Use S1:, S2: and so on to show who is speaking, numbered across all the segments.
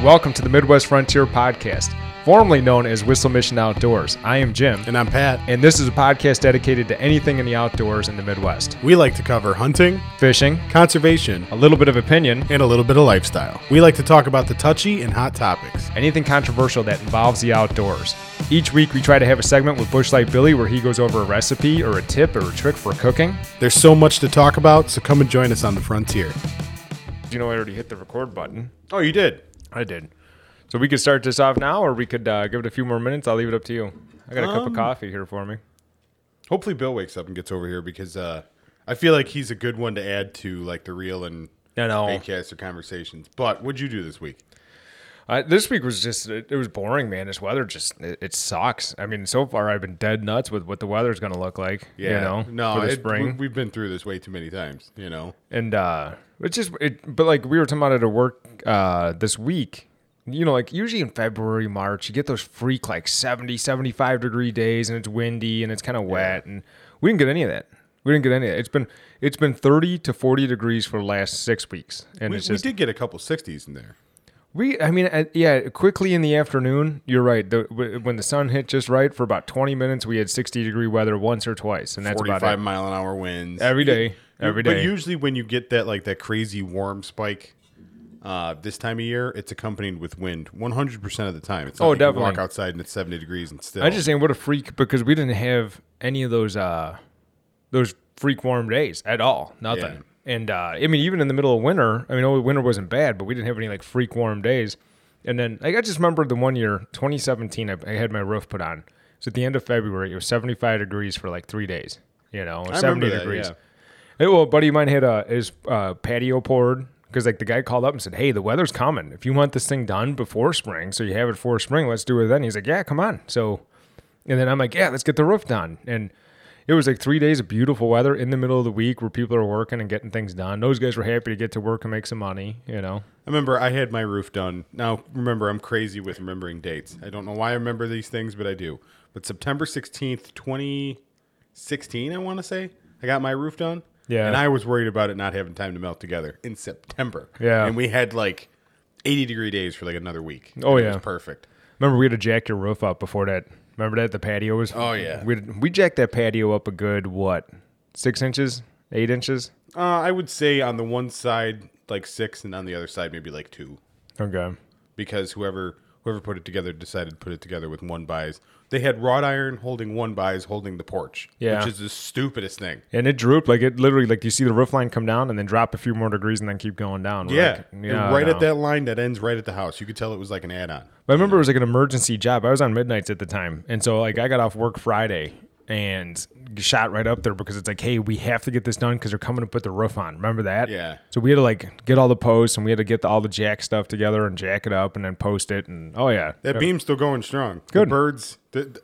S1: Welcome to the Midwest Frontier Podcast, formerly known as Whistle Mission Outdoors. I am Jim,
S2: And I'm Pat.
S1: and this is a podcast dedicated to anything in the outdoors in the Midwest
S2: We like to cover hunting,
S1: fishing,
S2: conservation,
S1: a little bit of opinion,
S2: and a little bit of lifestyle. We like to talk about the touchy and hot topics.
S1: anything controversial that involves the outdoors. Each week, we try to have a segment with Bushlight Billy where he goes over a recipe or a tip or a trick for cooking.
S2: There's so much to talk about, so come and join us on the frontier.
S1: You know, I already hit the record button.
S2: Oh, you did?
S1: I did. So we could start this off now, or we could uh, give it a few more minutes. I'll leave it up to you. I got a cup of coffee here for me.
S2: Hopefully Bill wakes up and gets over here because uh, I feel like he's a good one to add to like the real and
S1: I know.
S2: baitcaster conversations. But what'd you do this week?
S1: I, this week was just it, it was boring, man. This weather just it, it sucks. I mean, so far I've been dead nuts with what the weather's going to look like. you know,
S2: no,
S1: for the
S2: it-
S1: spring
S2: we- we've been through this way too many times. You know,
S1: and uh, it's just it. But like we were talking about it at work uh, this week. You know, like usually in February, March, you get those freak like 70, 75 degree days, and it's windy and it's kind of wet, and we didn't get any of that. We didn't get any of that. It's been it's been thirty to forty degrees for the last six weeks, and
S2: we,
S1: it's
S2: we
S1: just
S2: did get a couple sixties in there.
S1: we, I mean, uh, yeah, quickly in the afternoon, you're right. The, w- when the sun hit just right for about 20 minutes, we had 60 degree weather once or twice, and that's about
S2: Forty-five
S1: it.
S2: mile an hour winds
S1: Every day, every day.
S2: But usually, when you get that like that crazy warm spike uh, this time of year, it's accompanied with wind 100 percent of the time. It's not
S1: Oh,
S2: like you
S1: definitely.
S2: walk outside and it's 70 degrees and still.
S1: I just saying, what a freak because we didn't have any of those uh those freak warm days at all. Nothing. And uh, I mean, even in the middle of winter, I mean, oh, winter wasn't bad, but we didn't have any like freak warm days. And then like, I just remember the one year, 2017, I, I had my roof put on. So at the end of February, it was 75 degrees for like three days, you know, or
S2: I
S1: 70
S2: remember that,
S1: degrees.
S2: yeah.
S1: Hey, well, a buddy of mine had uh, his uh, patio poured because like the guy called up and said, "Hey, the weather's coming. If you want this thing done before spring, so you have it for spring, let's do it then." He's like, "Yeah, come on." So, and then I'm like, "Yeah, let's get the roof done." And it was like three days of beautiful weather in the middle of the week where people are working and getting things done. Those guys were happy to get to work and make some money, you know.
S2: I remember I had my roof done. Now remember, I'm crazy with remembering dates. I don't know why I remember these things, but I do. But September 16th, 2016, I want to say I got my roof done.
S1: Yeah.
S2: and I was worried about it not having time to melt together in September.
S1: Yeah.
S2: and we had like 80 degree days for like another week.
S1: Oh,
S2: And it
S1: yeah.
S2: was perfect.
S1: Remember, we had to jack your roof up before that. Remember that the patio was.
S2: Oh, yeah.
S1: we we jacked that patio up a good what six inches, eight inches.
S2: Uh, I would say on the one side like six, and on the other side maybe like two,
S1: Okay.
S2: because whoever whoever put it together decided to put it together with one buys. They had wrought iron holding one buys holding the porch,
S1: Yeah.
S2: which is the stupidest thing.
S1: And it drooped like it literally like you see the roof line come down and then drop a few more degrees and then keep going down. We're
S2: Yeah,
S1: like,
S2: and
S1: yeah,
S2: right
S1: no.
S2: at that line that ends right at the house. You could tell it was like an add-on.
S1: But I remember it was like an emergency job. I was on midnights at the time, and so like I got off work Friday and shot right up there because it's like, hey, we have to get this done because they're coming to put the roof on. Remember that?
S2: Yeah.
S1: So we had to like get all the posts and we had to get the, all the jack stuff together and jack it up and then post it and oh yeah,
S2: That beam's still going strong. The
S1: Good.
S2: birds. The, the-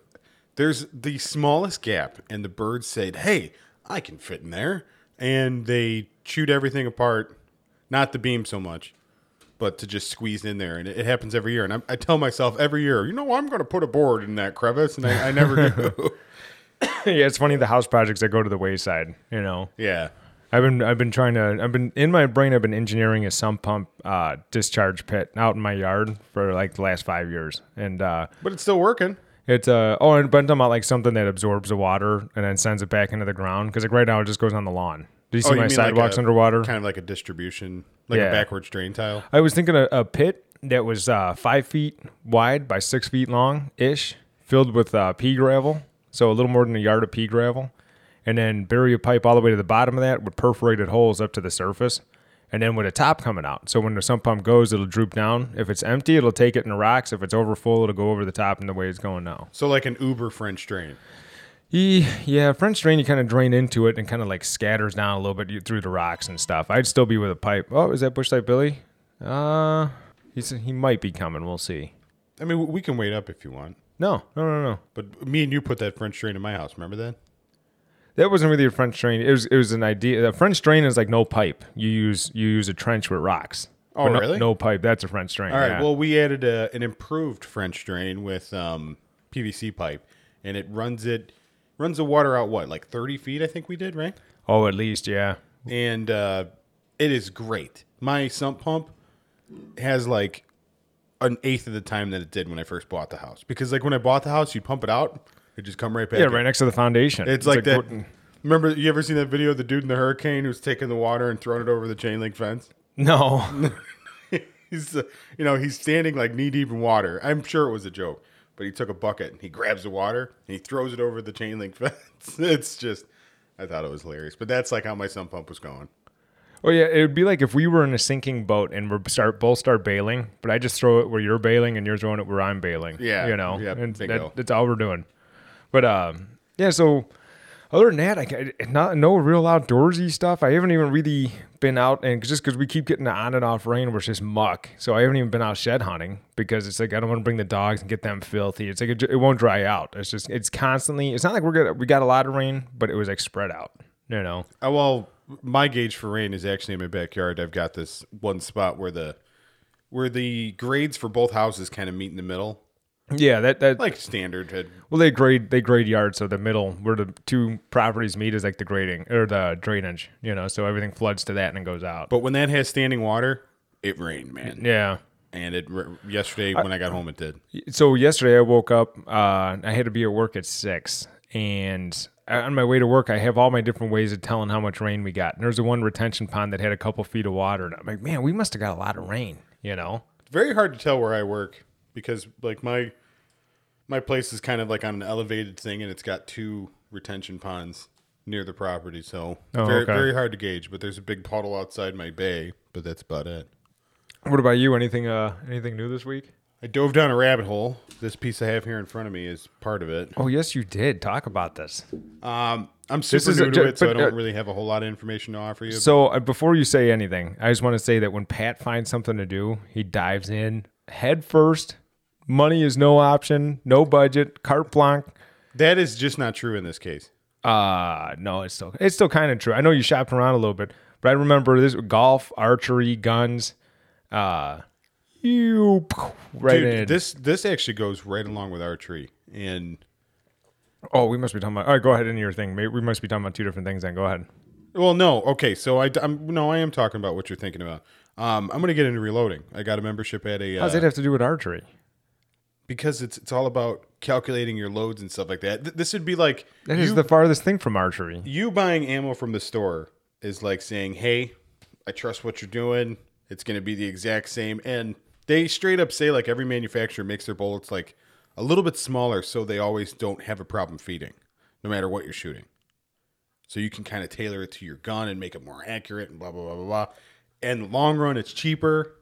S2: there's the smallest gap, and the birds said, "Hey, I can fit in there," and they chewed everything apart. Not the beam so much, but to just squeeze in there, and it, it happens every year. And I, I tell myself every year, you know, I'm going to put a board in that crevice, and I, I never do.
S1: yeah. It's funny the house projects that go to the wayside. You know.
S2: yeah,
S1: I've been I've been trying to I've been in my brain I've been engineering a sump pump uh, discharge pit out in my yard for like the last five years and uh,
S2: but it's still working.
S1: it's uh oh and but I'm talking about like something that absorbs the water and then sends it back into the ground because like right now it just goes on the lawn. Do you see
S2: Oh, you
S1: my
S2: mean like
S1: sidewalks
S2: a-
S1: underwater?
S2: Kind of like a distribution, like
S1: Yeah.
S2: a backwards drain tile.
S1: I was thinking a, a pit that was uh, five feet wide by six feet long ish, filled with uh, pea gravel, so a little more than a yard of pea gravel, and then bury a pipe all the way to the bottom of that with perforated holes up to the surface, and then with a top coming out. So when the sump pump goes, it'll droop down. If it's empty, it'll take it in the rocks. If it's over full, it'll go over the top and the way it's going now.
S2: So like an Uber French drain.
S1: Ye- Yeah, French drain, you kind of drain into it and kind of like scatters down a little bit you- through the rocks and stuff. I'd still be with a pipe. Oh, is that Bushlight Billy? Uh, he's, he might be coming. We'll see.
S2: I mean, we can wait up if you want.
S1: No, no, no, no.
S2: But me and you put that French drain in my house. Remember that?
S1: That wasn't really a French drain. It was it was an idea. A French drain is like no pipe. You use you use a trench with rocks.
S2: Oh,
S1: But no,
S2: really?
S1: No pipe. That's a French drain.
S2: All right.
S1: yeah.
S2: Well, we added a, an improved French drain with um, PVC pipe, and it runs it runs the water out what like thirty feet. I think we did right,
S1: oh, at least yeah.
S2: and uh, it is great. My sump pump has like an eighth of the time that it did when I first bought the house. Because like when I bought the house, you'd pump it out, it just come right back.
S1: Yeah,
S2: in.
S1: right next to the foundation.
S2: It's, like, that.
S1: putting-
S2: Remember, you ever seen that video of the dude in the hurricane who's taking the water and throwing it over the chain link fence?
S1: No,
S2: he's uh, you know he's standing like knee deep in water. I'm sure it was a joke, but he took a bucket and he grabs the water and he throws it over the chain link fence. It's just I thought it was hilarious, but that's like how my sump pump was going.
S1: Oh yeah, it would be like if we were in a sinking boat and we're start both start bailing, but I just throw it where you're bailing and you're throwing it where I'm bailing.
S2: Yeah,
S1: you know,
S2: yeah,
S1: and
S2: bingo.
S1: that, that's all we're doing. But um, yeah, so other than that, I ca- not no real outdoorsy stuff. I haven't even really been out, and just because we keep getting the on and off rain, where it's just muck. So I haven't even been out shed hunting because it's like I don't want to bring the dogs and get them filthy. It's like it, ju- it won't dry out. It's just it's constantly. It's not like we're gonna we got a lot of rain, but it was like spread out. You know.
S2: Uh, well, my gauge for rain is actually in my backyard. I've got this one spot where the where the grades for both houses kind of meet in the middle,
S1: Yeah, that that
S2: like standard. had-
S1: Well, they grade they grade yards, so the middle where the two properties meet is like the grading or the drainage, you know. So everything floods to that and it goes out.
S2: But when that has standing water, it rained, man.
S1: yeah.
S2: And it r- yesterday when I got home, it did.
S1: So yesterday I woke up. Uh, I had to be at work at six, and on my way to work, I have all my different ways of telling how much rain we got. And there's the one retention pond that had a couple feet of water, and I'm like, man, we must have got a lot of rain, you know.
S2: very hard to tell where I work because like my my place is kind of like on an elevated thing and it's got two retention ponds near the property, so
S1: Oh,
S2: very
S1: okay.
S2: very hard to gauge. But there's a big puddle outside my bay, but that's about it.
S1: What about you? Anything uh anything new this week?
S2: I dove down a rabbit hole. This piece I have here in front of me is part of it.
S1: Oh yes, you did talk about this.
S2: Um, I'm super
S1: is
S2: new
S1: a-
S2: to it, so I
S1: but, uh,
S2: don't really have a whole lot of information to offer you.
S1: So uh, before you say anything, I just want to say that when Pat finds something to do, he dives in head first. Money is no option, no budget, carte blanche.
S2: That is just not true in this case.
S1: Uh no, it's still it's still kind of true. I know you shopped around a little bit, but I remember this golf, archery, guns. Uh, you right
S2: Dude,
S1: in.
S2: this this actually goes right along with archery, and
S1: oh, we must be talking about. All right, go ahead into your thing. Maybe we must be talking about two different things. Then go ahead.
S2: Well, no. Okay, so I, am no, I am talking about what you're thinking about. Um, I'm going to get into reloading. I got a membership at a
S1: How does
S2: uh,
S1: it have to do with archery?
S2: because it's it's all about calculating your loads and stuff like that. Th- this would be like
S1: That
S2: you,
S1: is the farthest thing from archery.
S2: you buying ammo from the store is like saying, "Hey, I trust what you're doing. It's going to be the exact same." And they straight up say like every manufacturer makes their bullets like a little bit smaller so they always don't have a problem feeding, no matter what you're shooting. So you can kind of tailor it to your gun and make it more accurate and blah blah blah blah blah. And the long run, it's cheaper.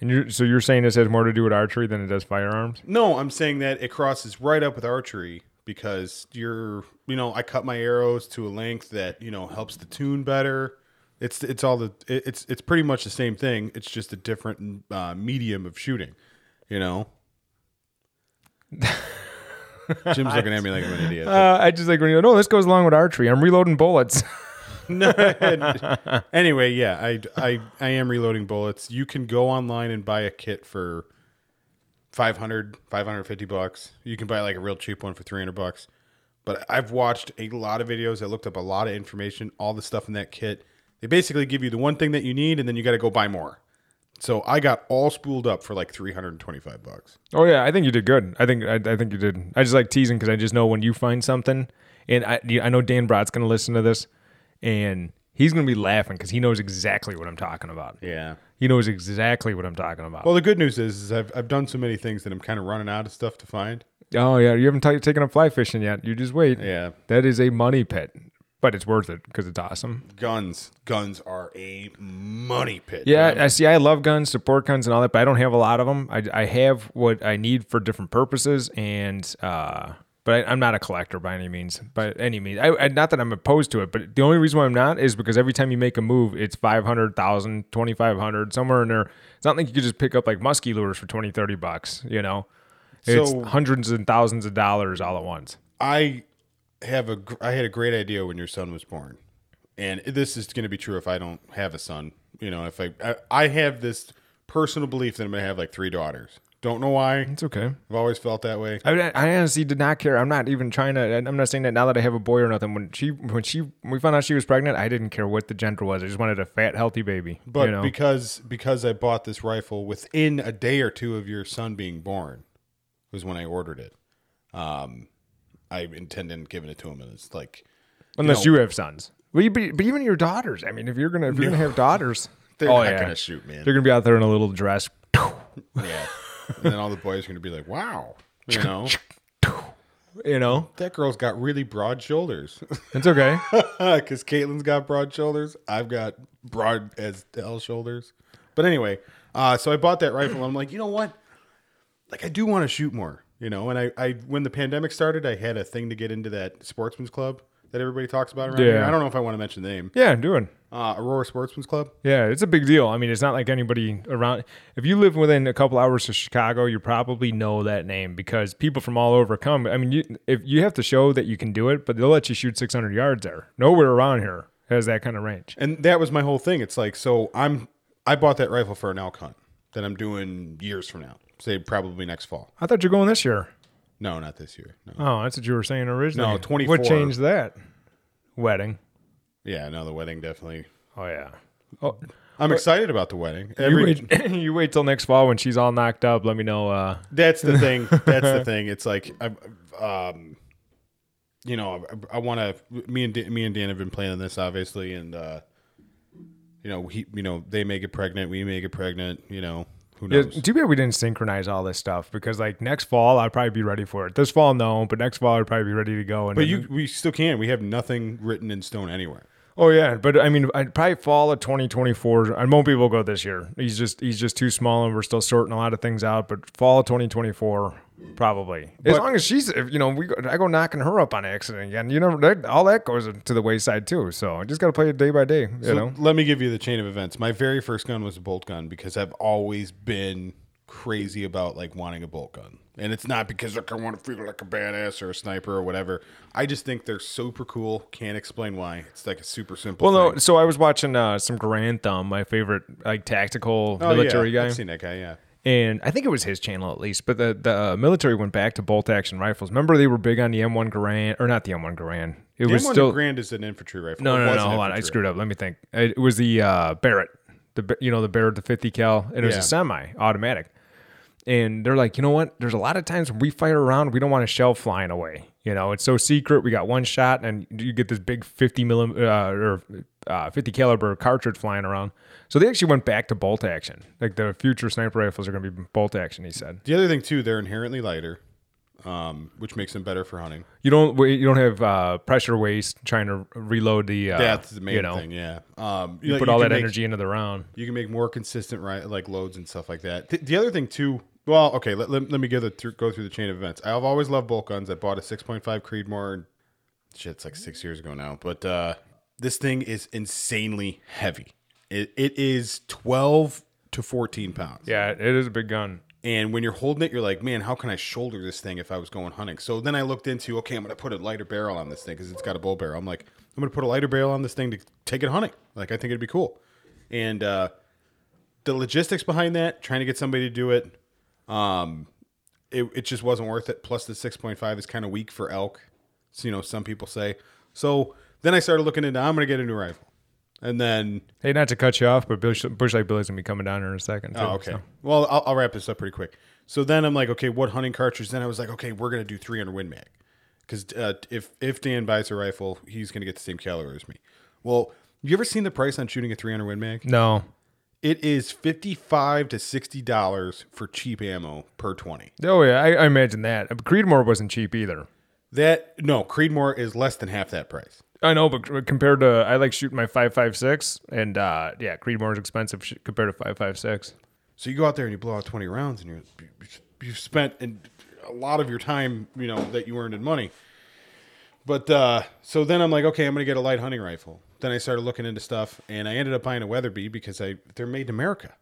S1: And you so you're saying this has more to do with archery than it does firearms?
S2: No, I'm saying that it crosses right up with archery because you're, you know, I cut my arrows to a length that you know helps the tune better. It's it's all the it- it's it's pretty much the same thing. It's just a different uh, medium of shooting, you know. Jim's looking at me like I'm an idiot.
S1: Uh, I just like when you go, no, this goes along with archery. I'm reloading bullets.
S2: No. anyway, yeah, I, I I am reloading bullets. You can go online and buy a kit for 500, 550 bucks. You can buy like a real cheap one for 300 bucks. But I've watched a lot of videos. I looked up a lot of information, all the stuff in that kit. They basically give you the one thing that you need and then you got to go buy more. So I got all spooled up for like 325 bucks.
S1: oh yeah, I think you did good. I think I, I think you did. I just like teasing because I just know when you find something, and I you- I know Dan Brod's gonna listen to this, and he's gonna be laughing because he knows exactly what I'm talking about.
S2: Yeah.
S1: He knows exactly what I'm talking about.
S2: Well, the good news is, is I've, I've done so many things that I'm kind of running out of stuff to find.
S1: oh yeah, you haven't t- taken up fly fishing yet. You just wait.
S2: Yeah.
S1: that is a money pit, but it's worth it because it's awesome.
S2: Guns. Guns are a money pit.
S1: Yeah, I see. I love guns, support guns, and all that, but I don't have a lot of them. I, I have what I need for different purposes, and uh, but I, I'm not a collector by any means. By any means, I, I, not that I'm opposed to it, but the only reason why I'm not is because every time you make a move, it's 500, 1,000, 2,500, somewhere in there. It's not like you could just pick up like musky lures for 20, 30 bucks. You know, it's
S2: So-
S1: hundreds and thousands of dollars all at once.
S2: I have a gr- I had a great idea when your son was born, and this is going to be true if I don't have a son. You know, if I I, I have this personal belief that I'm going to have like three daughters Don't know why.
S1: It's okay.
S2: I've always felt that way.
S1: I, I honestly did not care. I'm not even trying to. I'm not saying that now that I have a boy or nothing. When she, when she, when we found out she was pregnant, I didn't care what the gender was. I just wanted a fat, healthy baby.
S2: But
S1: you know?
S2: because because I bought this rifle within a day or two of your son being born, was when I ordered it. Um, I intended on giving it to him, and it's like
S1: unless
S2: know-
S1: you have sons, well, you, but, but even your daughters. I mean, if you're gonna, if you're gonna have daughters,
S2: they're
S1: oh
S2: not
S1: yeah,
S2: gonna shoot, man.
S1: they're gonna be out there in a little dress.
S2: yeah, and then all the boys are gonna be like, "Wow, you know,
S1: You know,
S2: that girl's got really broad shoulders."
S1: it's okay.
S2: Because Caitlin's got broad shoulders. I've got broad as hell shoulders. But anyway, uh, so I bought that rifle. And I'm like, you know what? Like, I do want to shoot more, you know? And I, I, when the pandemic started, I had a thing to get into that sportsman's club that everybody talks about around here.
S1: Yeah.
S2: I don't know if I want to mention the name.
S1: yeah, I'm doing.
S2: Uh, Aurora Sportsman's Club.
S1: Yeah, it's a big deal. I mean, it's not like anybody around. If you live within a couple hours of Chicago, you probably know that name because people from all over come. I mean, you, if you have to show that you can do it, but they'll let you shoot 600 yards there. Nowhere around here has that kind of range.
S2: And that was my whole thing. It's like, so I'm, I bought that rifle for an elk hunt that I'm doing years from now, say probably next fall.
S1: I thought you were going this year.
S2: No, not this year. No.
S1: Oh, that's what you were saying originally.
S2: No, 24.
S1: What changed that? Wedding.
S2: Yeah, no, the wedding definitely.
S1: Oh yeah. Oh,
S2: I'm excited about the wedding.
S1: you
S2: Every,
S1: wait. you wait till next fall when she's all knocked up. Let me know. Uh,
S2: That's the thing. That's the thing. It's like, I, um, you know, I, I want to. Me and Dan, me and Dan have been planning this, obviously, and uh, you know, he, you know, they may get pregnant, we may get pregnant. You know, who knows?
S1: It's too bad we didn't synchronize all this stuff because like next fall I'd probably be ready for it. This fall no, but next fall I'd probably be ready to go. And
S2: but
S1: then-
S2: you, we still can. We have nothing written in stone anywhere.
S1: oh yeah, but I mean I'd probably fall of 2024. I won't be able to go this year. He's just he's just too small and we're still sorting a lot of things out. But fall of 2024 probably as long as she's if, you know we go, I go knocking her up on accident again. You never that, all that goes to the wayside too. So I just got to play it day by day. You
S2: So
S1: know.
S2: let me give you the chain of events. My very first gun was a bolt gun because I've always been crazy about like wanting a bolt gun. And it's not because like, I want to feel like a badass or a sniper or whatever. I just think they're super cool. Can't explain why. It's like a super simple.
S1: Well,
S2: thing.
S1: no. So I was watching uh, some Grand Thumb, my favorite like tactical
S2: Oh, yeah.
S1: military guy.
S2: I've seen that guy. Yeah.
S1: and I think it was his channel at least. But the the uh, military went back to bolt action rifles. Remember they were big on the M1 Garand or not the M1 Garand. It
S2: The
S1: was
S2: M1
S1: still
S2: Grand is an infantry rifle.
S1: no
S2: It
S1: no no.
S2: was
S1: no
S2: an
S1: hold on, I
S2: infantry
S1: screwed up. Let me think. It was the uh, Barrett, the Ba- you know the Barrett the 50 cal, and it was
S2: Yeah.
S1: a semi automatic. And they're like, you know what? There's a lot of times when we fire around, we don't want a shell flying away. You know, it's so secret. We got one shot, and you get this big 50 millim uh, or uh, 50 caliber cartridge flying around. So they actually went back to bolt action. Like the future sniper rifles are going to be bolt action. He said.
S2: The other thing too, they're inherently lighter, um, which makes them better for hunting.
S1: You don't wa- you don't have uh, pressure waste trying to reload the uh,
S2: That's the main
S1: you know
S2: thing. Yeah. Um,
S1: put all that
S2: energy.
S1: energy into the round.
S2: You can make more consistent ri- like loads and stuff like that. Th- the other thing too, well, okay, let, let, let me give the through, go through the chain of events. I've always loved bolt guns. I bought a 6.5 Creedmoor. Shit, it's like six years ago now, but uh, this thing is insanely heavy. It, it is 12 to 14 pounds.
S1: Yeah, it is a big gun.
S2: And when you're holding it, you're like, man, how can I shoulder this thing if I was going hunting? So then I looked into, okay, I'm going to put a lighter barrel on this thing because it's got a bull barrel. I'm like, I'm going to put a lighter barrel on this thing to take it hunting. Like, I think it'd be cool. And uh, the logistics behind that, trying to get somebody to do it, um, it, it just wasn't worth it. Plus, the 6.5 is kind of weak for elk. So, you know, some people say. So then I started looking into, I'm going to get a new rifle. And then
S1: Hey, not to cut you off, but Bush, Bushlight Billy's gonna be coming down here in a second. too,
S2: Oh, okay.
S1: so.
S2: Well, I'll, I'll wrap this up pretty quick. So then I'm like, okay, what hunting cartridge? Then I was like, okay, we're gonna do 300 Win Mag, because uh, if if Dan buys a rifle, he's gonna get the same caliber as me. Well, you ever seen the price on shooting a 300 Win Mag?
S1: No.
S2: It is 55 to 60 dollars for cheap ammo per 20.
S1: Oh yeah, I, I imagine that. But Creedmoor wasn't cheap either.
S2: That no, Creedmoor is less than half that price.
S1: I know, but c- compared to I like shooting my five five six, and uh, yeah, Creedmoor's expensive sh- compared to five five six.
S2: So you go out there and you blow out 20 rounds, and you're you- you've spent and a lot of your time, you know, that you earned in money. But uh, so then I'm like, okay, I'm gonna get a light hunting rifle. Then I started looking into stuff, and I ended up buying a Weatherby because I they're made in America.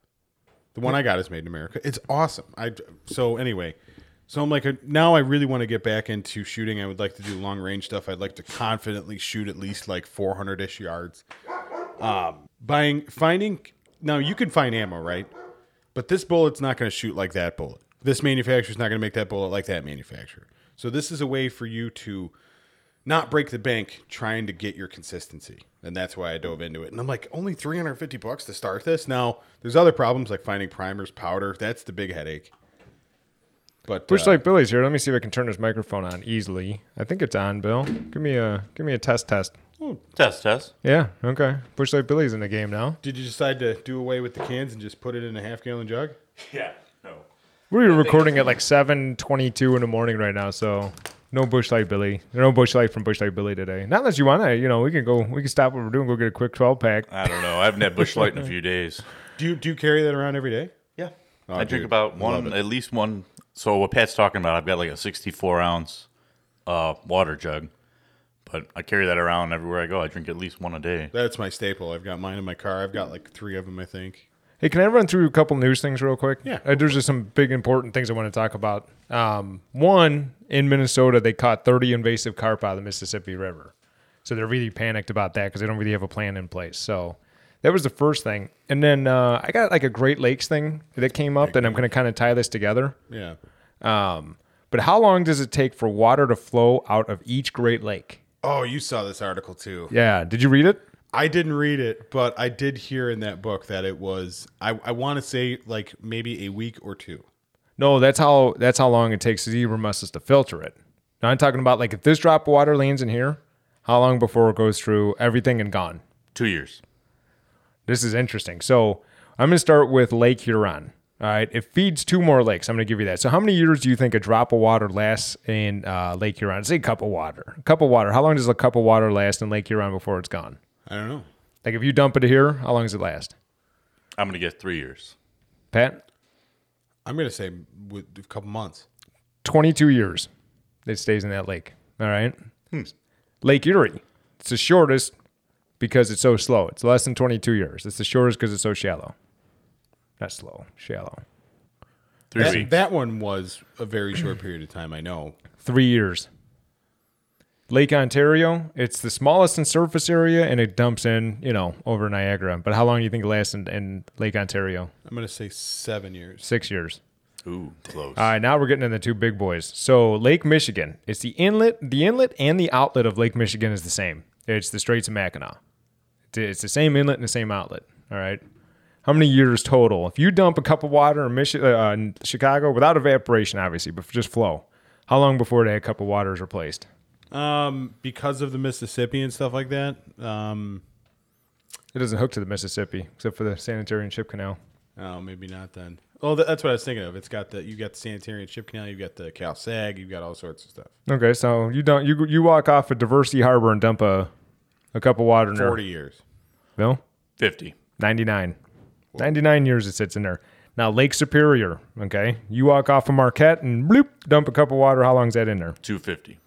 S2: The one I got is made in America. It's awesome. I so anyway, so I'm like uh, now I really want to get back into shooting. I would like to do long range stuff. I'd like to confidently shoot at least like 400 ish yards. Um, buying finding now you can find ammo right, but this bullet's not going to shoot like that bullet. this manufacturer's not going to make that bullet like that manufacturer. So this is a way for you to not break the bank trying to get your consistency. And that's why I dove into it. And I'm like, only 350 bucks to start this. Now, there's other problems like finding primers, powder. That's the big headache. But
S1: Looks
S2: uh,
S1: like Billy's here. Let me see if I can turn his microphone on easily. I think it's on, Bill. Give me a give me a test test.
S3: Test, test.
S1: Yeah, okay. Push like Billy's in the game now.
S2: did you decide to do away with the cans and just put it in a half gallon jug?
S3: Yeah, no.
S1: We were recording at like seven twenty-two in the morning right now, so no bushlight Billy. No bushlight from bushlight Billy today. Not unless you want to. You know, we can go. We can stop what we're doing. Go get a quick twelve pack.
S3: I don't know. I haven't had Bush Light in a few days.
S2: Do you, do you carry that around every day?
S3: Yeah.
S2: Oh,
S3: I
S2: dude,
S3: drink about one, at least one. So what Pat's talking about, I've got like a 64 ounce uh, water jug, but I carry that around everywhere I go. I drink at least one a day.
S2: That's my staple. I've got mine in my car. I've got like three of them, I think.
S1: Hey, can I run through a couple news things real quick?
S2: Yeah.
S1: Uh, there's just some big important things I want to talk about. Um, one, in Minnesota, they caught 30 invasive carp out of the Mississippi River. So they're really panicked about that because they don't really have a plan in place. So that was the first thing. And then uh, I got like a Great Lakes thing that came up, and I'm going to kind of tie this together.
S2: Yeah.
S1: Um, but how long does it take for water to flow out of each Great Lake?
S2: Oh, you saw this article too.
S1: Yeah. Did you read it?
S2: I didn't read it, but I did hear in that book that it was I, I want to say like maybe a week or two.
S1: No, that's how that's how long it takes the zebra mussels to filter it. Now I'm talking about like if this drop of water lands in here, how long before it goes through everything and gone?
S3: Two years.
S1: This is interesting. So I'm gonna start with Lake Huron. All right, it feeds two more lakes. I'm gonna give you that. So how many years do you think a drop of water lasts in uh, Lake Huron? Say a cup of water. A cup of water. How long does a cup of water last in Lake Huron before it's gone?
S2: I don't know.
S1: Like if you dump it here, how long does it last?
S3: I'm going to get three years.
S1: Pat,
S2: I'm gonna say with a couple months.
S1: 22 years it stays in that lake. All right. Lake Erie. It's the shortest because it's so slow. It's less than 22 years. It's the shortest because it's so shallow. Not slow, shallow.
S3: Three
S2: That,
S3: weeks.
S2: that one was a very short period of time. I know.
S1: Three years. Lake Ontario, it's the smallest in surface area and it dumps in, you know, over Niagara. But how long do you think it lasts in, in Lake Ontario?
S2: I'm gonna say seven years.
S1: Six years.
S3: Ooh, close.
S1: All right, now we're getting into the two big boys. So Lake Michigan, it's the inlet, the inlet and the outlet of Lake Michigan is the same. It's the Straits of Mackinac. It's- It's the same inlet and the same outlet. All right. How many years total? If you dump a cup of water in, Michi- uh, in Chicago without evaporation, obviously, but just flow, how long before that cup of water is replaced?
S2: Um, because of the Mississippi and stuff like that. Um,
S1: It doesn't hook to the Mississippi except for the sanitary and ship canal.
S2: oh, maybe not then. Oh, tha- that's what I was thinking of. It's got the you got the sanitary and ship canal, you got the Cal Sag, you got all sorts of stuff.
S1: Okay, so you don't you you walk off of Diversity Harbor and dump a a cup of water in there.
S2: Forty years.
S1: No?
S3: 50.
S1: 99. 99 years it sits in there. Now, Lake Superior, okay? You walk off of Marquette and bloop, dump a cup of water. How long's that in there?
S3: 250.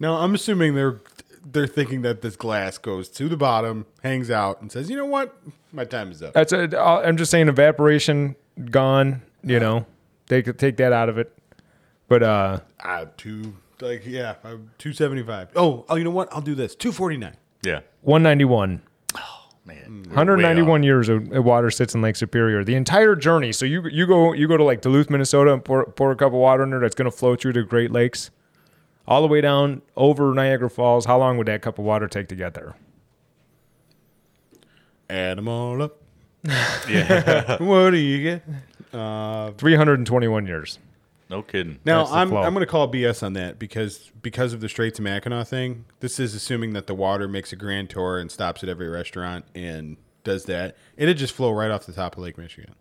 S2: Now I'm assuming they're they're thinking that this glass goes to the bottom, hangs out, and says, "You know what? My time is up."
S1: That's a, I'm just saying evaporation gone, you know? Take, take that out of it. But uh,
S2: Uh, two, like yeah, two seventy five. Oh, oh, you know what? I'll do this. Two forty nine.
S3: Yeah.
S1: 191.
S3: Man.
S1: 191 years of of water sits in Lake Superior. The entire journey. So you you go you go to like Duluth, Minnesota, and pour, pour a cup of water in there that's going to flow through the Great Lakes, all the way down over Niagara Falls. How long would that cup of water take to get there?
S2: Add them all up.
S3: Yeah.
S2: what do you get?
S1: Uh, 321 years.
S3: no kidding.
S2: Now
S1: That's the
S2: I'm
S1: flow.
S2: I'm gonna call BS on that because because of the Straits of Mackinac thing. This is assuming that the water makes a grand tour and stops at every restaurant and does that. It'd just flow right off the top of Lake Michigan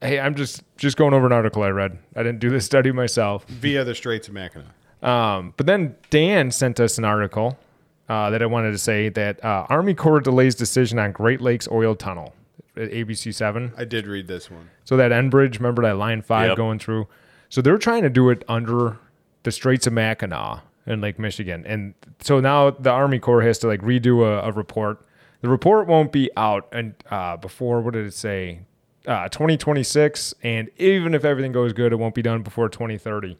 S1: Hey, I'm just just going over an article I read. I didn't do this study myself.
S2: via the Straits of Mackinac.
S1: Um, but then Dan sent us an article uh, that I wanted to say that uh, Army Corps delays decision on Great Lakes oil tunnel at ABC seven.
S2: I did read this one.
S1: So that end bridge, remember that line five
S3: Yep.
S1: going through. So they're trying to do it under the Straits of Mackinac in Lake Michigan, and so now the Army Corps has to like redo a, a report. The report won't be out and uh, before what did it say? Uh, 2026, and even if everything goes good, it won't be done before 2030.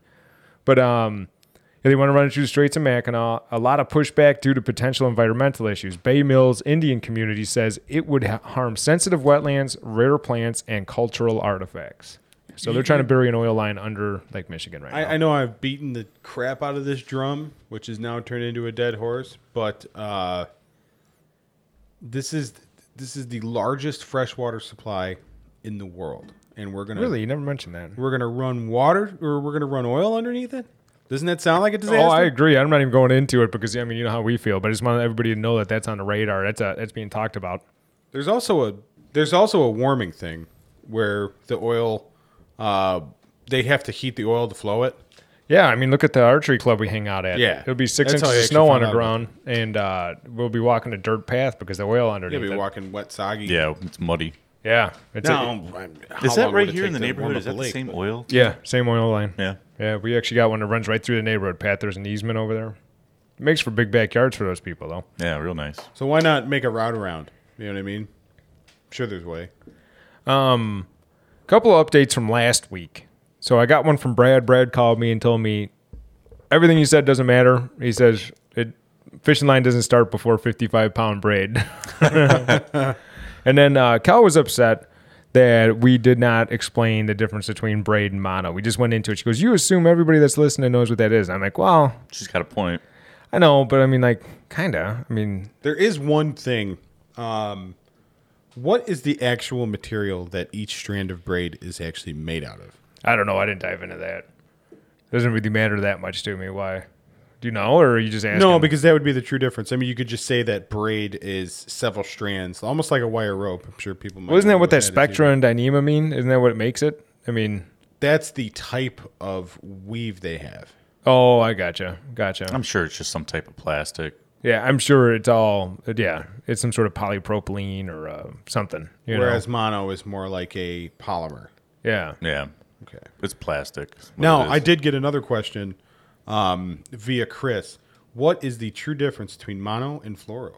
S1: But um, yeah, they want to run it through the Straits of Mackinac. A lot of pushback due to potential environmental issues. Bay Mills Indian community says it would ha- harm sensitive wetlands, rare plants, and cultural artifacts. So they're trying to bury an oil line under Lake Michigan right now.
S2: I, I know I've beaten the crap out of this drum, which is now turned into a dead horse, but uh, this is this is the largest freshwater supply in the world, and we're gonna
S1: really, you never mentioned that.
S2: we're gonna run water or we're gonna run oil underneath it. Doesn't that sound like a disaster?
S1: Oh, I agree. I'm not even going into it because I mean you know how we feel, but I just want everybody to know that that's on the radar. That's uh that's being talked about.
S2: There's also a there's also a warming thing where the oil uh, they have to heat the oil to flow it.
S1: Yeah, I mean look at the archery club we hang out at.
S2: Yeah.
S1: it'll be six
S2: That's how
S1: inches
S2: I
S1: of
S2: actually
S1: snow
S2: found out
S1: underground, and uh, we'll be walking a dirt path because the oil
S2: You'll
S1: underneath.
S2: be
S1: it.
S2: walking wet, soggy.
S3: Yeah, it's muddy.
S1: yeah, it's a-
S2: Now, how
S3: Is that
S2: long would
S3: right
S2: it
S3: here in the
S2: take to warm
S3: neighborhood?
S2: up
S3: Is
S2: a
S3: that the
S2: lake?
S3: same oil?
S1: yeah, same oil line.
S3: Yeah.
S1: Yeah, we actually got one that runs right through the neighborhood, Pat. There's an easement over there. makes for big backyards for those people, though.
S3: Yeah, real nice.
S2: So why not make a route around? You know what I mean? I'm sure there's a way.
S1: couple of updates from last week. So I got one from Brad. Brad called me and told me everything you said doesn't matter. He says it fishing line doesn't start before 55 pound braid. and then uh, Cal was upset that we did not explain the difference between braid and mono. We just went into it. She goes, "You assume everybody that's listening knows what that is." I'm like, "Well,
S3: She's got a point.
S1: I know, but I mean, like, kinda. I mean,
S2: There is one thing. Um, what is the actual material that each strand of braid is actually made out of?
S1: I don't know. I didn't dive into that. Doesn't really matter that much to me. Why? Do you know, or are you just asking?
S2: No, because that would be the true difference. I mean, you could just say that braid is several strands, almost like a wire rope. I'm sure people. might
S1: Well, isn't
S2: know
S1: that what that
S2: is either.
S1: spectra and dyneema mean? Isn't that what it makes it? I mean,
S2: That's the type of weave they have.
S1: oh, I gotcha, gotcha.
S3: I'm sure it's just some type of plastic.
S1: yeah, I'm sure it's all. Yeah, it's some sort of polypropylene or uh, something. You
S2: Whereas mono is more like a polymer.
S1: know? yeah,
S3: Yeah.
S2: Okay.
S3: It's plastic. It's what
S2: Now,
S3: it is.
S2: I did get another question um, via Chris. What is the true difference between mono and fluoro?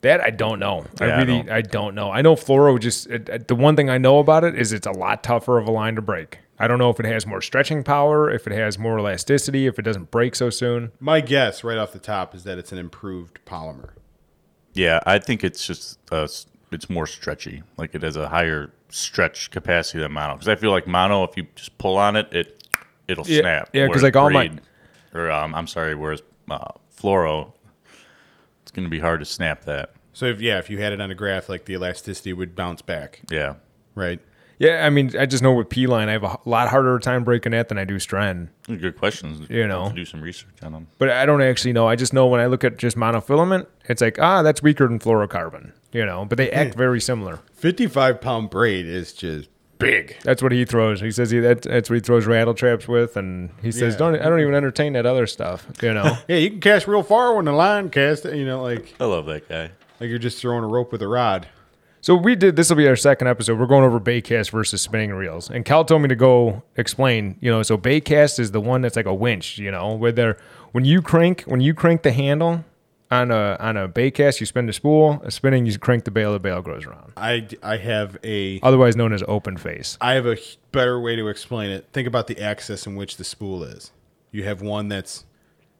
S1: that I don't know. I
S3: Yeah, I
S1: really, I
S3: don't.
S1: don't. know. I know fluoro. Just it, it- the one thing I know about it is it's a lot tougher of a line to break. I don't know if it has more stretching power, if it has more elasticity, if it doesn't break so soon.
S2: My guess, right off the top, is that it's an improved polymer.
S3: Yeah, I think it's just uh, s- it's more stretchy. Like it has a higher stretch capacity than mono. Because I feel like mono, if you just pull on it, it it'll
S1: Yeah,
S3: snap.
S1: yeah, 'cause,
S3: whereas
S1: like, all my-
S3: braid- or um, I'm sorry, whereas uh, fluoro, it's gonna be hard to snap that.
S2: So, if, yeah, if you had it on a graph, like the elasticity would bounce back,
S3: Yeah,
S2: right?
S1: Yeah, I mean, I just know with P line, I have a h- lot harder time breaking that than I do strand.
S3: good questions.
S1: You
S3: Have
S1: know.
S3: to do some research on them.
S1: but I don't actually know. I just know when I look at just monofilament, it's like ah, that's weaker than fluorocarbon, you know. But they
S3: Hmm.
S1: act very similar.
S2: 55 pound braid is just big.
S1: That's what he throws. He says he that, that's what he throws rattle traps with, and he says
S2: Yeah.
S1: don't I don't even entertain that other stuff, you know.
S2: Yeah, you can cast real far when the line cast, you know, like
S3: I love that guy.
S2: like you're just throwing a rope with a rod.
S1: so we did. This will be our second episode. We're going over baitcast versus spinning reels, and Cal told me to go explain. You know, so baitcast is the one that's like a winch, you know, where there when you crank when you crank the handle. On a on a baitcast, you spin the spool. A spinning, you crank the bail. The bail grows around,
S2: I, I have a
S1: otherwise known as open face.
S2: I have a h- better way to explain it. Think about the axis in which the spool is. You have one that's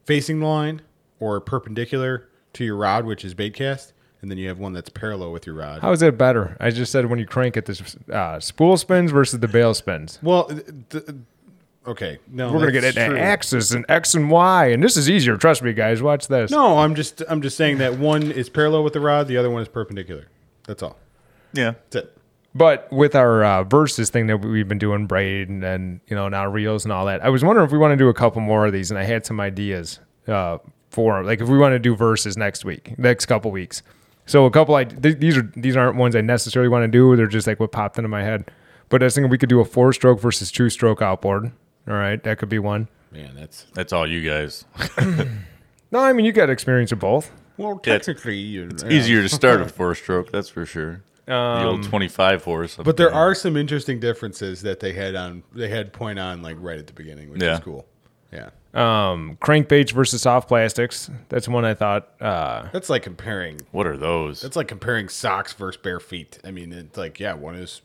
S2: facing the line or perpendicular to your rod, which is bait cast, and then you have one that's parallel with your rod.
S1: How is that better? I just said when you crank it, the uh, spool spins versus the bail spins.
S2: well, th- th- okay, no,
S1: We're gonna get
S2: that's
S1: into
S2: true.
S1: axis and X and Y, and this is easier. Trust me, guys. Watch this.
S2: No, I'm just I'm just saying that one is parallel with the rod, the other one is perpendicular. That's all.
S3: Yeah,
S2: That's it.
S1: But with our uh, versus thing that we've been doing, braid and then you know now reels and all that, I was wondering if we want to do a couple more of these, and I had some ideas uh, for like if we want to do verses next week, next couple weeks. So a couple, I th- these are these aren't ones I necessarily want to do. They're just like what popped into my head. But I was thinking we could do a four stroke versus two stroke outboard. All right, that could be one.
S2: Man, that's
S3: that's all you guys.
S1: No, I mean you got experience of both.
S2: well,
S3: Yeah, it's-
S2: technically you
S3: It's easier to start with four stroke, that's for sure. the
S1: Um,
S3: old 25 horse.
S2: But there are some interesting differences that they had on they had point on like right at the beginning, which
S3: Yeah.
S2: is cool. Yeah.
S1: Um, crankbaits versus soft plastics. That's one I thought. Uh,
S2: That's like comparing
S3: What are those?
S2: It's like comparing socks versus bare feet. I mean, it's like yeah, one is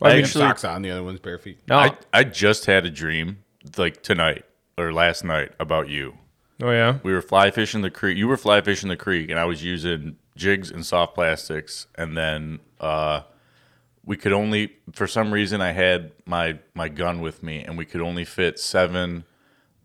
S3: I
S2: I have
S3: actually,
S2: socks on, the other one's bare feet.
S1: no.
S3: I, I just had a dream like tonight or last night about you.
S1: oh yeah.
S3: We were fly fishing the creek. You were fly fishing the creek, and I was using jigs and soft plastics, and then uh, we could only for some reason I had my my gun with me and we could only fit 7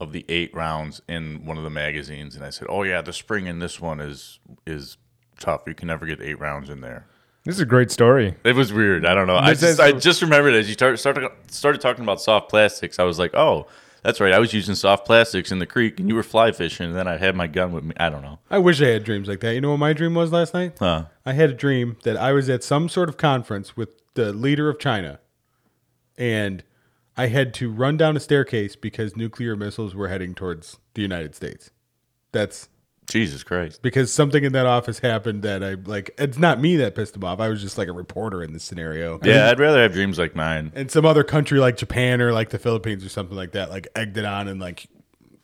S3: of the 8 rounds in one of the magazines and I said, "Oh yeah, the spring in this one is is tough. You can never get 8 rounds in there."
S1: This is a great story.
S3: It was weird. I don't know. I
S1: This is-
S3: just, I just remembered as you tar- started started talking about soft plastics, I was like, "Oh, that's right. I was using soft plastics in the creek and you were fly fishing and then I had my gun with me. I don't know."
S2: I wish I had dreams like that. You know what my dream was last night?
S3: Huh.
S2: I had a dream that I was at some sort of conference with the leader of China, and I had to run down a staircase because nuclear missiles were heading towards the United States. That's
S3: Jesus Christ.
S2: because something in that office happened that I like. It's not me that pissed him off. I was just like a reporter in this scenario.
S3: Yeah, I'd rather have dreams like mine.
S2: And some other country like Japan or like the Philippines or something like that, like egged it on and like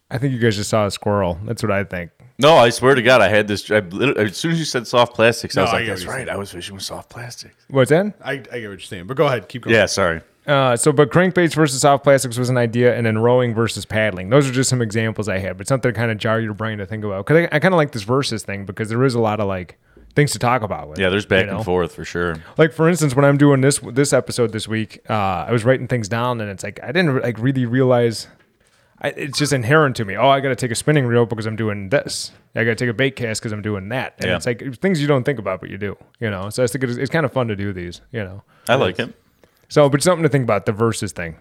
S1: I think you guys just saw a squirrel. That's what I think.
S3: No, I swear to God, I had this. I, lit- as soon as you said soft plastics, I was
S2: No, I
S3: like,
S2: get
S3: "That's
S2: what you're
S3: right. I was fishing with soft plastics."
S1: What's that?
S2: I, I get what you're saying. But go ahead, keep going.
S3: Yeah, sorry.
S1: Uh, so, but crankbaits versus soft plastics was an idea, and then rowing versus paddling. Those are just some examples I had, but something to kind of jar your brain to think about. Because I, I kind of like this versus thing because there is a lot of like things to talk about. With, it,
S3: Yeah, there's back
S1: you know?
S3: and forth for sure.
S1: Like for instance, when I'm doing this this episode this week, uh, I was writing things down, and it's like I didn't like really realize. I, it's just inherent to me. Oh, I got to take a spinning reel because I'm doing this. I got to take a bait cast because I'm doing that. And
S3: Yeah.
S1: it's like things you don't think about, but you do. You know, so I think it's, it's kind of fun to do these. You know.
S3: I like it.
S1: So, but something to think about the versus thing.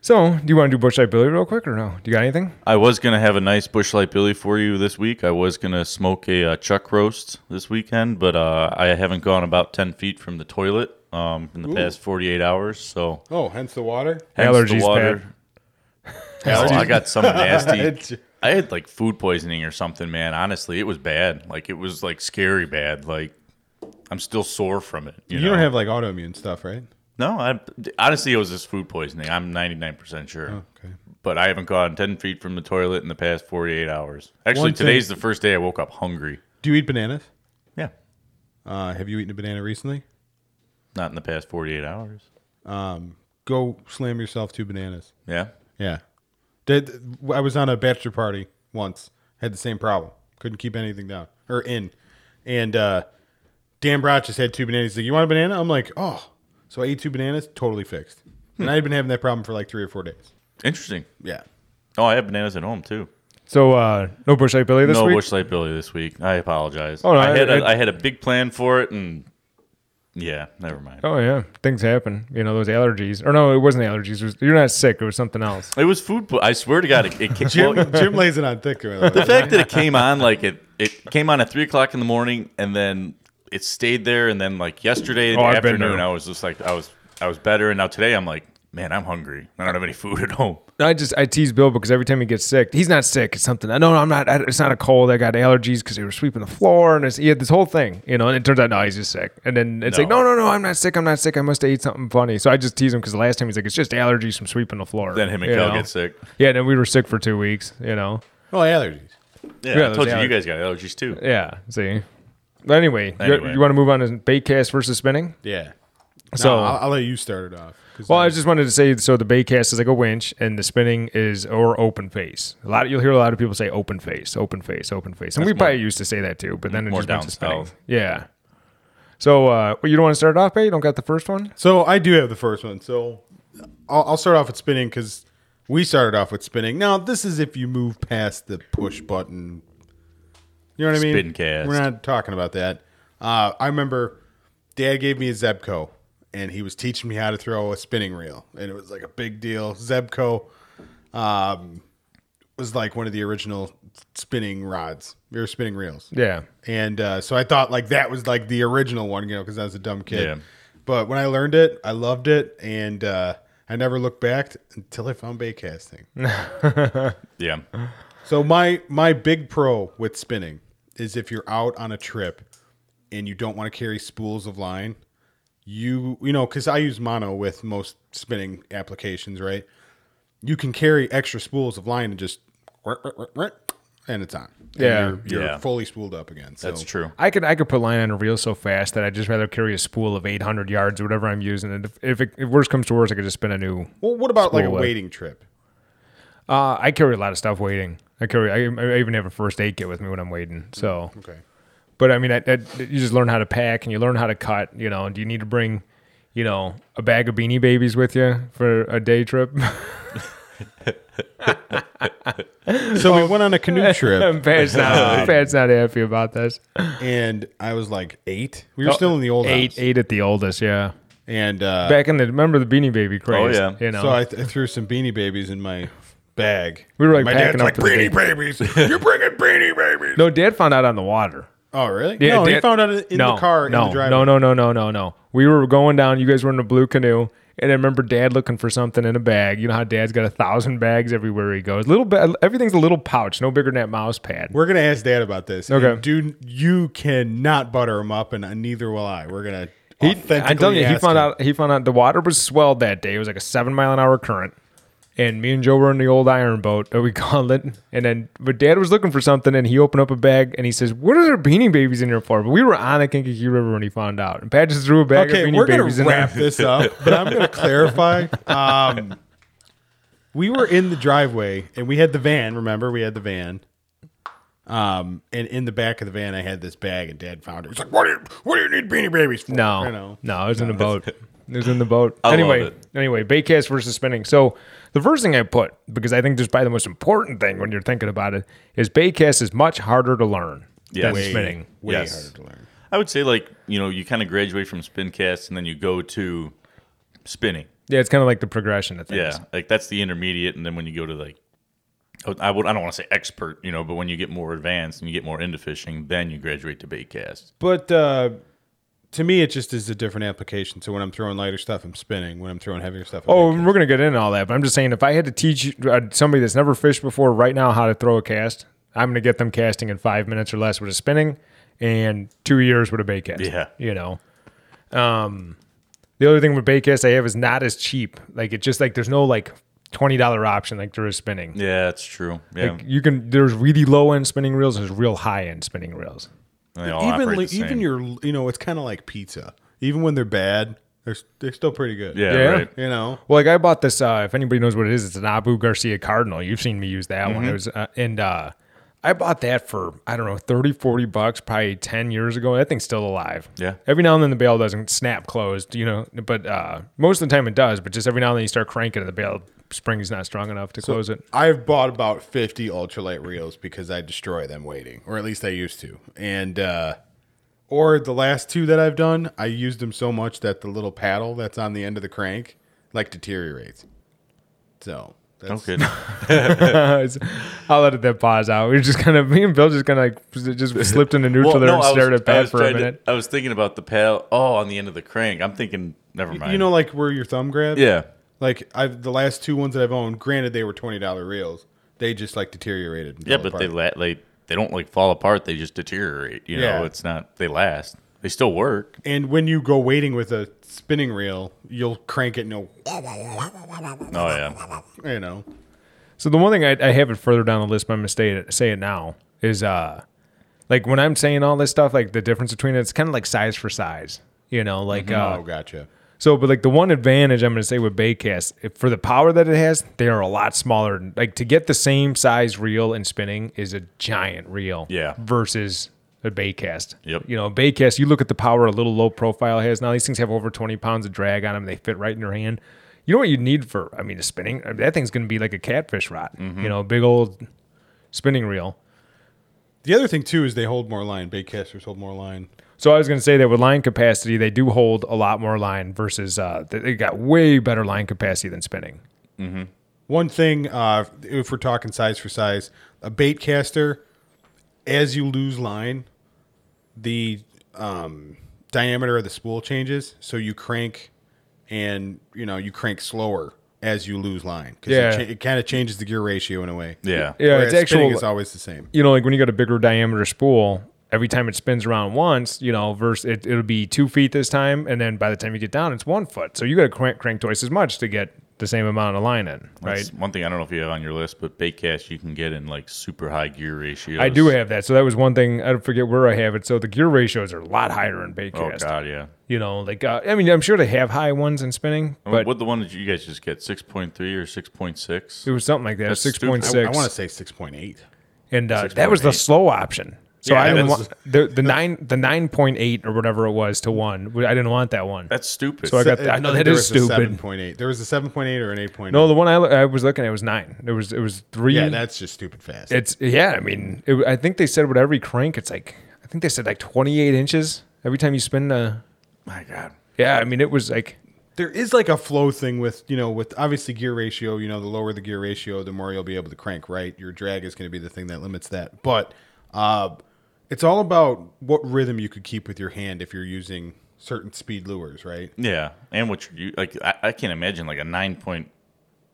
S1: So, do you want to do Bushlight Billy real quick or no? Do you got anything?
S3: I was gonna have a nice bushlight Billy for you this week. I was gonna smoke a uh, chuck roast this weekend, but uh, I haven't gone about ten feet from the toilet um, in the past forty eight hours. So
S2: Oh, hence the water.
S3: hence
S1: Allergies,
S3: Hell, Oh, I got some
S2: It's-
S3: nasty. I had like food poisoning or something, man. Honestly, it was bad. Like it was like scary bad. Like I'm still sore from it. You,
S2: You
S3: know?
S2: don't have like autoimmune stuff, right?
S3: No, I honestly it was just food poisoning. I'm 99% sure.
S2: Okay.
S3: But I haven't gone 10 feet from the toilet in the past 48 hours. Actually,
S2: One thing-
S3: today's the first day I woke up hungry.
S2: Do you eat bananas?
S3: Yeah.
S2: Uh, have you eaten a banana recently?
S3: Not in the past 48 hours.
S2: Um, go slam yourself two bananas.
S3: Yeah.
S2: Yeah. Did I was on a bachelor party once, had the same problem. Couldn't keep anything down or in. And uh Dan Brock just had two bananas. He's like, You want a banana? I'm like, Oh. So I ate two bananas, totally fixed. And I had been having that problem for like three or four days.
S3: Interesting.
S2: Yeah.
S3: Oh, I have bananas at home too.
S1: So, uh, no Bushlight Billy this
S3: no
S1: week.
S3: bushlight Billy this week. I apologize.
S1: Oh, no,
S3: I, had
S1: I-
S3: a I
S1: I-
S3: had a big plan for it and yeah, never mind.
S1: oh yeah, things happen. You know those allergies, or no, it wasn't allergies. It was, you're not sick. It was something else.
S3: It was food. Po- I swear to God, it, it ca- well,
S2: Jim, Jim lays it on thick.
S3: the fact that it came on like it it came on at three o'clock in the morning and then it stayed there and then like yesterday in the
S1: Oh, I've been
S3: afternoon
S1: there.
S3: I was just like I was I was better and now today I'm like man I'm hungry I don't have any food at home
S1: I just I tease Bill because every time he gets sick, he's not sick. It's something. I know I'm not. I, it's not a cold. I got allergies because they were sweeping the floor, and it's, he had this whole thing, you know. And it turns out no, he's just sick. And then it's like,
S3: No.
S1: no, no, no, I'm not sick. I'm not sick. I must have ate something funny. So I just tease him because the last time he's like, it's just allergies from sweeping the floor.
S3: then him and
S1: you
S3: Kel
S1: know?
S3: get sick
S1: Yeah, then we were sick for two weeks. You know.
S2: Oh, allergies.
S3: yeah, I
S1: those
S3: told you
S1: aller-
S3: you guys got allergies too
S1: Yeah. See. But anyway, you-
S3: Anyway.
S1: you, want to move on to bait cast versus spinning?
S2: Yeah.
S1: So-
S2: No, I'll, I'll let you start it off. 'cause
S1: Well, I
S2: I-
S1: just wanted to say so the bait cast is like a winch, and the spinning is or open face. A lot you'll hear a lot of people say open face, open face, open face, and we probably used to say that too, but then it
S3: more
S1: just went
S3: down
S1: to spinning.
S3: south.
S1: Yeah. So uh, well, you don't want to start off, Bay? You don't got the first one?
S2: So I do have the first one. So I'll, I'll start off with spinning because we started off with spinning. Now this is if you move past the push button. You know what I mean?
S3: Spin cast.
S2: We're not talking about that. Uh, I remember Dad gave me a Zebco, and he was teaching me how to throw a spinning reel, and it was like a big deal. Zebco um, was like one of the original spinning rods or spinning reels.
S1: Yeah.
S2: And uh, so I thought like that was like the original one, you know, because I was a dumb kid.
S3: Yeah.
S2: But when I learned it, I loved it, and uh, I never looked back until I found bait casting.
S3: yeah
S2: so my my big pro with spinning is if you're out on a trip and you don't want to carry spools of line, you you know, because I use mono with most spinning applications, right? You can carry extra spools of line and just and it's on. And
S1: Yeah.
S2: you're, you're
S3: Yeah.
S2: fully spooled up again. So.
S3: that's true
S1: I could I could put line on a reel so fast that I'd just rather carry a spool of 800 yards or whatever I'm using. And if, if, it, if worse comes to worse, I could just spin a new.
S2: Well, what about like a
S1: Spool it.
S2: waiting trip?
S1: Uh, I carry a lot of stuff waiting. I carry. I, I even have a first aid kit with me when I'm waiting. So
S2: Okay.
S1: But I mean, I, I, you just learn how to pack and you learn how to cut. You know, do you need to bring? you know, a bag of beanie babies with you for a day trip.
S2: So
S1: Oh.
S2: we went on a canoe trip,
S1: Pat's not Pat's not happy about this.
S2: and I was like eight. We were still in the old
S1: Oh, eight
S2: house.
S1: eight at the oldest, yeah.
S2: and uh,
S1: Back in the remember the beanie baby craze.
S3: yeah.
S1: You know.
S2: so I, th- I threw some beanie babies in my bag.
S1: We were, like,
S2: my
S1: packing
S2: dad's
S1: up
S2: like
S1: for the
S2: beanie babies. You're bringing beanie babies.
S1: no, dad found out on the water.
S2: Oh really?
S1: Yeah,
S2: no, he
S1: Dad-
S2: found out in
S1: no,
S2: the car
S1: no,
S2: in the driveway.
S1: No, no, no, no, no, no. We were going down. You guys were in a blue canoe, and I remember Dad looking for something in a bag. You know how Dad's got a thousand bags everywhere he goes. Little, ba- everything's a little pouch, no bigger than that mouse pad.
S2: We're gonna ask Dad about this.
S1: Okay.
S2: And dude, you cannot butter him up, and neither will I. We're gonna.
S1: I tell you, he found out. He found out the water was swelled that day. It was like a seven mile an hour current, and me and Joe were in the old iron boat that we call it. And then, but Dad was looking for something, and he opened up a bag and he says, "What are there beanie babies in here for?" But we were on the Kankakee River when he found out, and Pat just threw a bag
S2: Okay,
S1: of beanie
S2: we're gonna
S1: babies in
S2: wrap
S1: there.
S2: this up, but I'm gonna clarify. Um, we were in the driveway, and we had the van. Remember, we had the van. Um, and in the back of the van, I had this bag, and Dad found it. He's like, "What do you, what do you need beanie babies for?"
S1: No,
S2: you know.
S1: no, it was in the boat. It was in the boat.
S3: love
S1: anyway,
S3: it.
S1: anyway, baitcast versus spinning. So the first thing I put because I think just by the most important thing when you're thinking about it is baitcast is much harder to learn than
S3: Yes. Way-
S1: spinning.
S2: Way
S3: Yes.
S2: harder to learn.
S3: I would say like you know you kind of graduate from spin cast and then you go to spinning.
S1: Yeah, it's kind of like the progression of things.
S3: Yeah, like that's the intermediate, and then when you go to like, oh, I would I don't want to say expert, you know, but when you get more advanced and you get more into fishing, then you graduate to bait cast.
S2: But uh, to me, it just is a different application. So when I'm throwing lighter stuff, I'm spinning. When I'm throwing heavier stuff, I'm
S1: Oh, and we're gonna get into all that, but I'm just saying, if I had to teach uh, somebody that's never fished before right now how to throw a cast, I'm gonna get them casting in five minutes or less with a spinning, and two years with a bait cast.
S3: Yeah.
S1: you know. Um, the other thing with bait cast I have is not as cheap. Like it's just like there's no like twenty dollar option like there is spinning.
S3: Yeah, that's true. Yeah,
S1: Like you can there's really low end spinning reels and there's real high end spinning reels.
S3: they all
S2: even
S3: operate
S2: li-
S3: the same.
S2: even your you know it's kind of like pizza. Even when they're bad, they're s- they're still pretty good.
S3: yeah,
S1: Yeah.
S3: right.
S2: you know.
S1: Well, like I bought this. Uh, if anybody knows what it is, it's an Abu Garcia Cardinal. You've seen me use that
S3: Mm-hmm.
S1: one. It was, uh, and uh, I bought that for I don't know 30, 40 bucks, probably ten years ago. That thing's still alive.
S3: Yeah.
S1: Every now and then the bail doesn't snap closed, you know, but uh, most of the time it does. But just every now and then you start cranking and the bail spring's not strong enough to close it.
S2: I've bought about fifty ultralight reels because I destroy them waiting, or at least I used to. And uh, or the last two that I've done, I used them so much that the little paddle that's on the end of the crank like deteriorates. So that's,
S3: Okay.
S1: I'll let that pause out. We are just kind of me and Bill just kind of like just slipped into neutral
S3: Well,
S1: there
S3: no,
S1: and
S3: I
S1: stared
S3: was,
S1: at
S3: I
S1: Pat
S3: was
S1: for a
S3: trying to-
S1: minute.
S3: I was thinking about the paddle. Oh, on the end of the crank. I'm thinking, never mind.
S2: you know, like where your thumb grabs.
S3: yeah,
S2: Like I've the last two ones that I've owned. Granted, they were twenty dollar reels. They just like deteriorated. and
S3: yeah,
S2: fell
S3: but
S2: apart.
S3: they la- they they don't like fall apart. They just deteriorate. You
S2: Yeah.
S3: know, it's not they last. They still work.
S2: And when you go waiting with a spinning reel, you'll crank it and you'll,
S3: Oh yeah,
S2: you know.
S1: So the one thing I, I have it further down the list, but I'm gonna say it, say it now is uh, like when I'm saying all this stuff, like the difference between it, it's kind of like size for size, you know, like
S2: oh,
S1: uh,
S2: gotcha.
S1: so. But like the one advantage I'm gonna say with Baycast, if, for the power that it has, they are a lot smaller. Like to get the same size reel and spinning is a giant reel,
S3: Yeah.
S1: versus a Baycast.
S3: Yep.
S1: You know, Baycast, you look at the power a little low profile has now. These things have over 20 pounds of drag on them. They fit right in your hand. You know what you need for? I mean, a spinning I mean, that thing's going to be like a catfish rod.
S3: Mm-hmm.
S1: You know, big old spinning reel.
S2: The other thing too is they hold more line. Bait casters hold more line.
S1: So I was going to say that with line capacity, they do hold a lot more line versus uh, they- they got way better line capacity than spinning.
S2: One thing, uh, if we're talking size for size, a bait caster, as you lose line, the um, diameter of the spool changes, so you crank, and you know you crank slower as you lose line because
S1: Yeah.
S2: it, cha- it kind of changes the gear ratio in a way.
S3: yeah,
S1: Yeah,
S2: Whereas
S1: it's actual.
S2: spinning is always the same.
S1: you know, like when you got a bigger diameter spool, every time it spins around once, you know, versus it, it'll be two feet this time, and then by the time you get down, it's one foot. So you got to crank, crank twice as much to get the same amount of line in, right?
S3: That's one thing I don't know if you have on your list, but bait cast you can get in like super high gear ratios.
S1: I do have that. So that was one thing. I forget where I have it. So the gear ratios are a lot higher in
S3: Oh
S1: Baycast.
S3: god, yeah.
S1: you know, like uh, I mean, I'm sure they have high ones in spinning, but
S3: Oh, what the one that you guys just get six point three or six point six?
S1: it was something like that,
S3: That's
S1: six
S3: stupid.
S1: point
S2: I-
S1: six.
S2: I want to say six point eight.
S1: and uh, that was the
S3: 6.8.
S1: slow option. So
S3: Yeah,
S1: I didn't
S3: that's-
S1: want the, the nine the nine point eight or whatever it was to one. I didn't want that one.
S3: That's stupid.
S1: So I got- I know that
S2: Uh, there
S1: is
S2: was a
S1: stupid.
S2: 7.8. There was a 7.8 or an 8.8.
S1: no, the one I, lo- I was looking at was nine. It was it was three.
S2: yeah, that's just stupid fast.
S1: it's yeah. I mean, it, I think they said with every crank, it's like I think they said like twenty eight inches every time you spin the.
S3: my God.
S1: Yeah, I mean it was like
S2: there is like a flow thing with you know with obviously gear ratio you know the lower the gear ratio the more you'll be able to crank right your drag is going to be the thing that limits that but uh, it's all about what rhythm you could keep with your hand if you're using certain speed lures right
S3: Yeah, and what you like, I, I can't imagine like a nine point.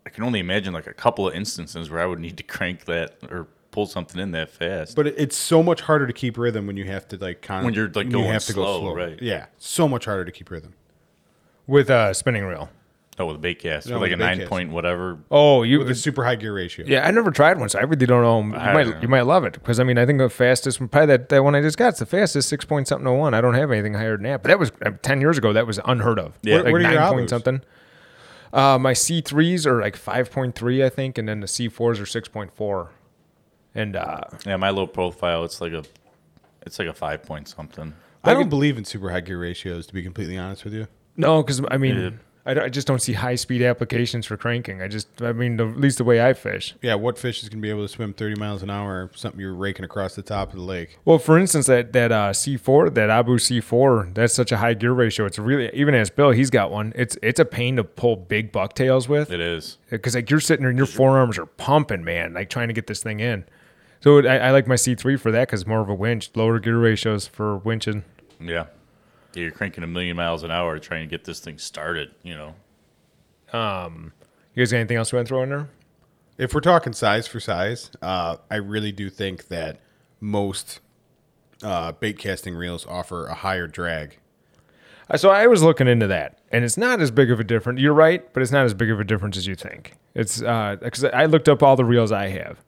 S3: I can only imagine like a couple of instances where I would need to crank that or pull something in that fast.
S2: but it- it's so much harder to keep rhythm when you have to like con-
S3: When you're, like,
S2: you
S3: going
S2: have to
S3: slow,
S2: go slow
S3: right.
S2: yeah so much harder to keep rhythm
S1: with a spinning reel.
S3: oh, with a bait cast,
S2: No,
S3: with like a
S2: with a bait
S3: nine
S2: cast.
S3: point whatever.
S1: Oh, you
S2: with a super high gear ratio
S1: Yeah, I never tried one, so I really don't know. You
S3: I
S1: might
S3: don't know.
S1: you might love it because I mean I think the fastest one, probably that, that one I just got. It's the fastest six point something oh one. I don't have anything higher than that, but that was uh, ten years ago. That was unheard of.
S3: Yeah.
S1: like
S2: What- what are
S1: nine
S2: your
S1: point
S2: alus?
S1: something. Uh, my C threes are like five point three, I think, and then the C fours are six point four. And uh,
S3: Yeah, my low profile, it's like a, it's like a five point something.
S2: i don't believe in super high gear ratios to be completely honest with you
S1: no, because I mean I, don't- I just don't see high speed applications for cranking. I just I mean the, at least the way I fish.
S2: yeah what fish is going to be able to swim 30 miles an hour or something you're raking across the top of the lake
S1: Well, for instance, that that uh, C four, that Abu C four, that's such a high gear ratio. It's really even as Bill, he's got one. It's it's a pain to pull big bucktails with
S3: It is.
S1: because like you're sitting there and your forearms are pumping, man, like trying to get this thing in. So it, I, I like my C three for that because more of a winch, lower gear ratios for winching.
S3: Yeah. yeah, you're cranking a million miles an hour trying to get this thing started. You know,
S1: You guys got anything else we want to throw in there?
S2: if we're talking size for size, uh, I really do think that most uh, bait casting reels offer a higher drag.
S1: Uh, So I was looking into that, and it's not as big of a difference. You're right, but it's not as big of a difference as you think. It's because I looked up all the reels I have,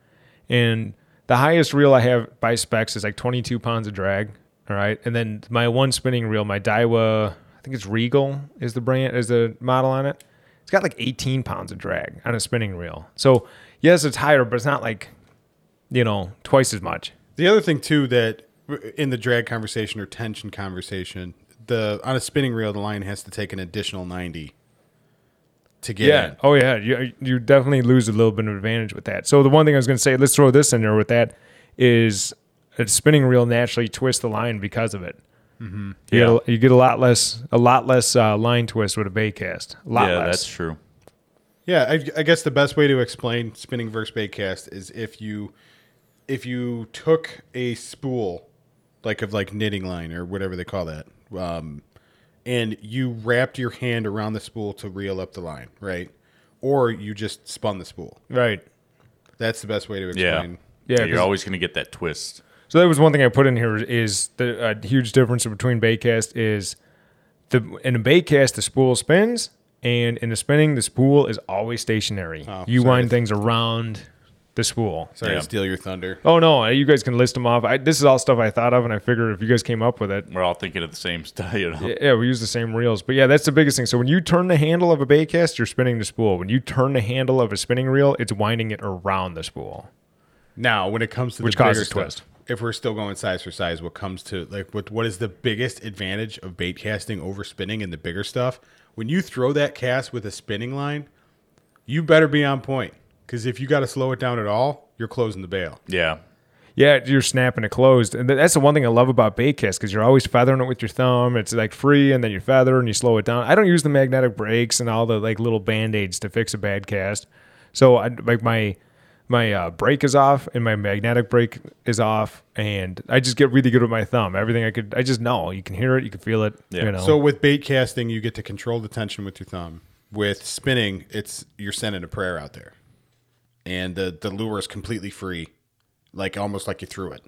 S1: and the highest reel I have by specs is like 22 pounds of drag. All right, and then my one spinning reel, my Daiwa, I think it's Regal is the brand, is the model on it. It's got like 18 pounds of drag on a spinning reel. So yes, it's higher, but it's not like you know twice as much.
S2: The other thing too that in the drag conversation or tension conversation, the on a spinning reel, the line has to take an additional ninety to get in.
S1: Oh yeah. You you definitely lose a little bit of advantage with that. So the one thing I was going to say, let's throw this in there with that, is a spinning reel naturally twists the line because of it. Mm-hmm. You,
S3: Yeah.
S1: get a, you get a lot less a lot less uh, line twist with a bait cast. A lot
S3: yeah,
S1: less.
S3: that's true.
S2: Yeah, I, I guess the best way to explain spinning versus bait cast is if you if you took a spool like of like knitting line or whatever they call that, um, and you wrapped your hand around the spool to reel up the line, right? Or you just spun the spool.
S1: right.
S2: That's the best way to
S3: Yeah,
S2: explain.
S1: Yeah,
S3: you're
S1: 'cause-
S3: always gonna get that twist.
S1: So that was one thing I put in here is the uh, huge difference between baitcast is the in a baitcast the spool spins and in the spinning the spool is always stationary. you
S3: Oh,
S2: sorry.
S1: wind things around the spool.
S2: Sorry
S3: Yeah.
S2: to steal your thunder.
S1: Oh no, you guys can list them off. I, this is all stuff I thought of, and I figured if you guys came up with it,
S3: We're all thinking of the same stuff. You know,
S1: yeah, yeah, we use the same reels. But yeah, that's the biggest thing. So when you turn the handle of a baitcast, you're spinning the spool. When you turn the handle of a spinning reel, it's winding it around the spool.
S2: Now, when it comes to
S1: Which
S2: the bigger
S1: causes
S2: stuff,
S1: twist.
S2: if we're still going size for size, what comes to like what what is the biggest advantage of bait casting over spinning in the bigger stuff? When you throw that cast with a spinning line, you better be on point because if you got to slow it down at all, you're closing the bail.
S3: yeah.
S1: Yeah, you're snapping it closed, and th- that's the one thing I love about baitcast because you're always feathering it with your thumb. It's like free, and then you feather and you slow it down. I don't use the magnetic brakes and all the like little band aids to fix a bad cast. So I like my my uh, brake is off and my magnetic brake is off, and I just get really good with my thumb. Everything I could, I just know you can hear it, you can feel it.
S3: Yeah.
S1: You know,
S2: So with bait casting, you get to control the tension with your thumb. With spinning, it's you're sending a prayer out there, and the the lure is completely free, like almost like you threw it.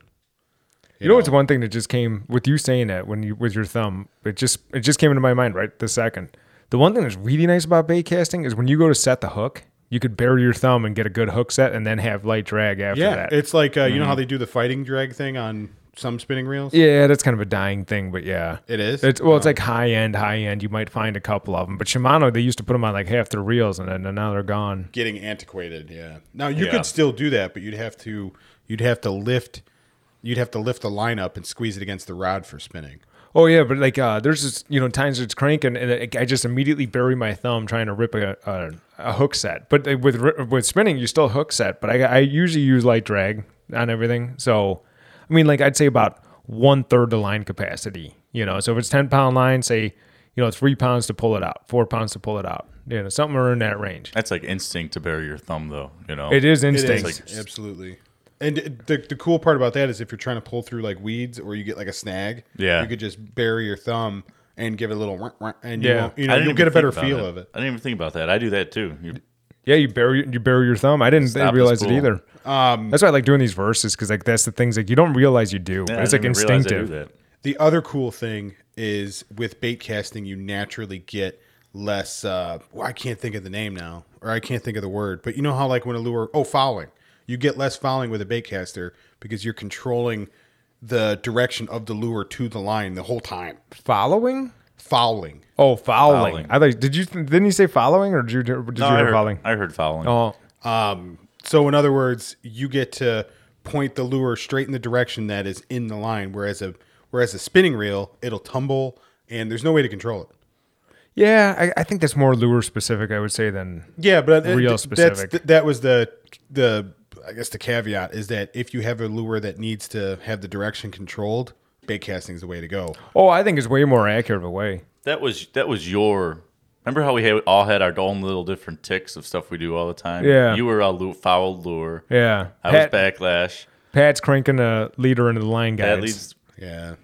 S1: You know, what's one thing that just came with you saying that when you with your thumb, it just it just came into my mind right the second. The one thing that's really nice about bait casting is when you go to set the hook, you could bury your thumb and get a good hook set, and then have light drag after
S2: Yeah,
S1: that.
S2: it's like uh, you
S1: Mm-hmm.
S2: know how they do the fighting drag thing on some spinning reels.
S1: yeah, that's kind of a dying thing, but yeah,
S2: It is?
S1: It's well, it's like high end, high end. You might find a couple of them, but Shimano they used to put them on like half their reels, and then now they're gone.
S2: Getting antiquated. Yeah. Now you
S3: Yeah.
S2: could still do that, but you'd have to you'd have to lift You'd have to lift the line up and squeeze it against the rod for spinning.
S1: Oh yeah, but like uh, there's just you know times it's cranking and it, I just immediately bury my thumb trying to rip a, a, a hook set. But uh, with ri- with spinning, you still hook set. But I, I usually use light drag on everything. So I mean, like I'd say about one third the line capacity. You know, so if it's ten pound line, say you know three pounds to pull it out, four pounds to pull it out. You know, something around that range.
S3: That's like instinct to bury your thumb, though. You know,
S1: It is
S2: It
S1: instinct.
S2: is absolutely. And the, the cool part about that is if you're trying to pull through like weeds or you get like a snag,
S3: Yeah.
S2: you could just bury your thumb and give it a little, whack, whack, and
S1: Yeah.
S2: you, will you know, you'll
S3: even
S2: get a
S3: think
S2: better
S3: about
S2: feel
S3: that.
S2: of it.
S3: I didn't even think about that. I do that too. You-
S1: Yeah, you bury you bury your thumb. I didn't
S3: Stop is
S1: realize it
S3: cool. Um,
S1: either. that's why I like doing these verses because like that's the things like you don't realize you do.
S3: Yeah,
S1: but
S3: I
S1: it's like
S3: didn't even realize I do
S1: instinctive.
S3: that.
S2: The other cool thing is with bait casting, you naturally get less. Uh, well, I can't think of the name now, or I can't think of the word. But you know how, like, when a lure, oh, fouling, you get less fouling with a bait caster because you're controlling the direction of the lure to the line the whole time.
S1: Following?
S2: Fouling.
S1: Oh, fouling.
S3: Fouling.
S1: I thought did you didn't you say following or did you did
S3: No,
S1: you
S3: I,
S1: hear
S3: heard,
S1: following?
S3: I heard following.
S1: Oh,
S2: So, in other words, you get to point the lure straight in the direction that is in the line, whereas a whereas a spinning reel, it'll tumble, and there's no way to control it.
S1: yeah. I, I think that's more lure specific. I would say than
S2: Yeah, but
S1: Real
S2: that's-
S1: specific.
S2: th- that was the the I guess the caveat is that if you have a lure that needs to have the direction controlled, bait casting is the way to go.
S1: oh, I think it's way more accurate of a way.
S3: That was that was your. Remember how we had, all had our own little different ticks of stuff we do all the time.
S1: Yeah.
S3: you were a lu- foul lure.
S1: Yeah,
S3: I
S1: Pat-
S3: was backlash.
S1: Pat's cranking a leader into the line guys.
S3: That leads,
S2: Yeah.
S3: and,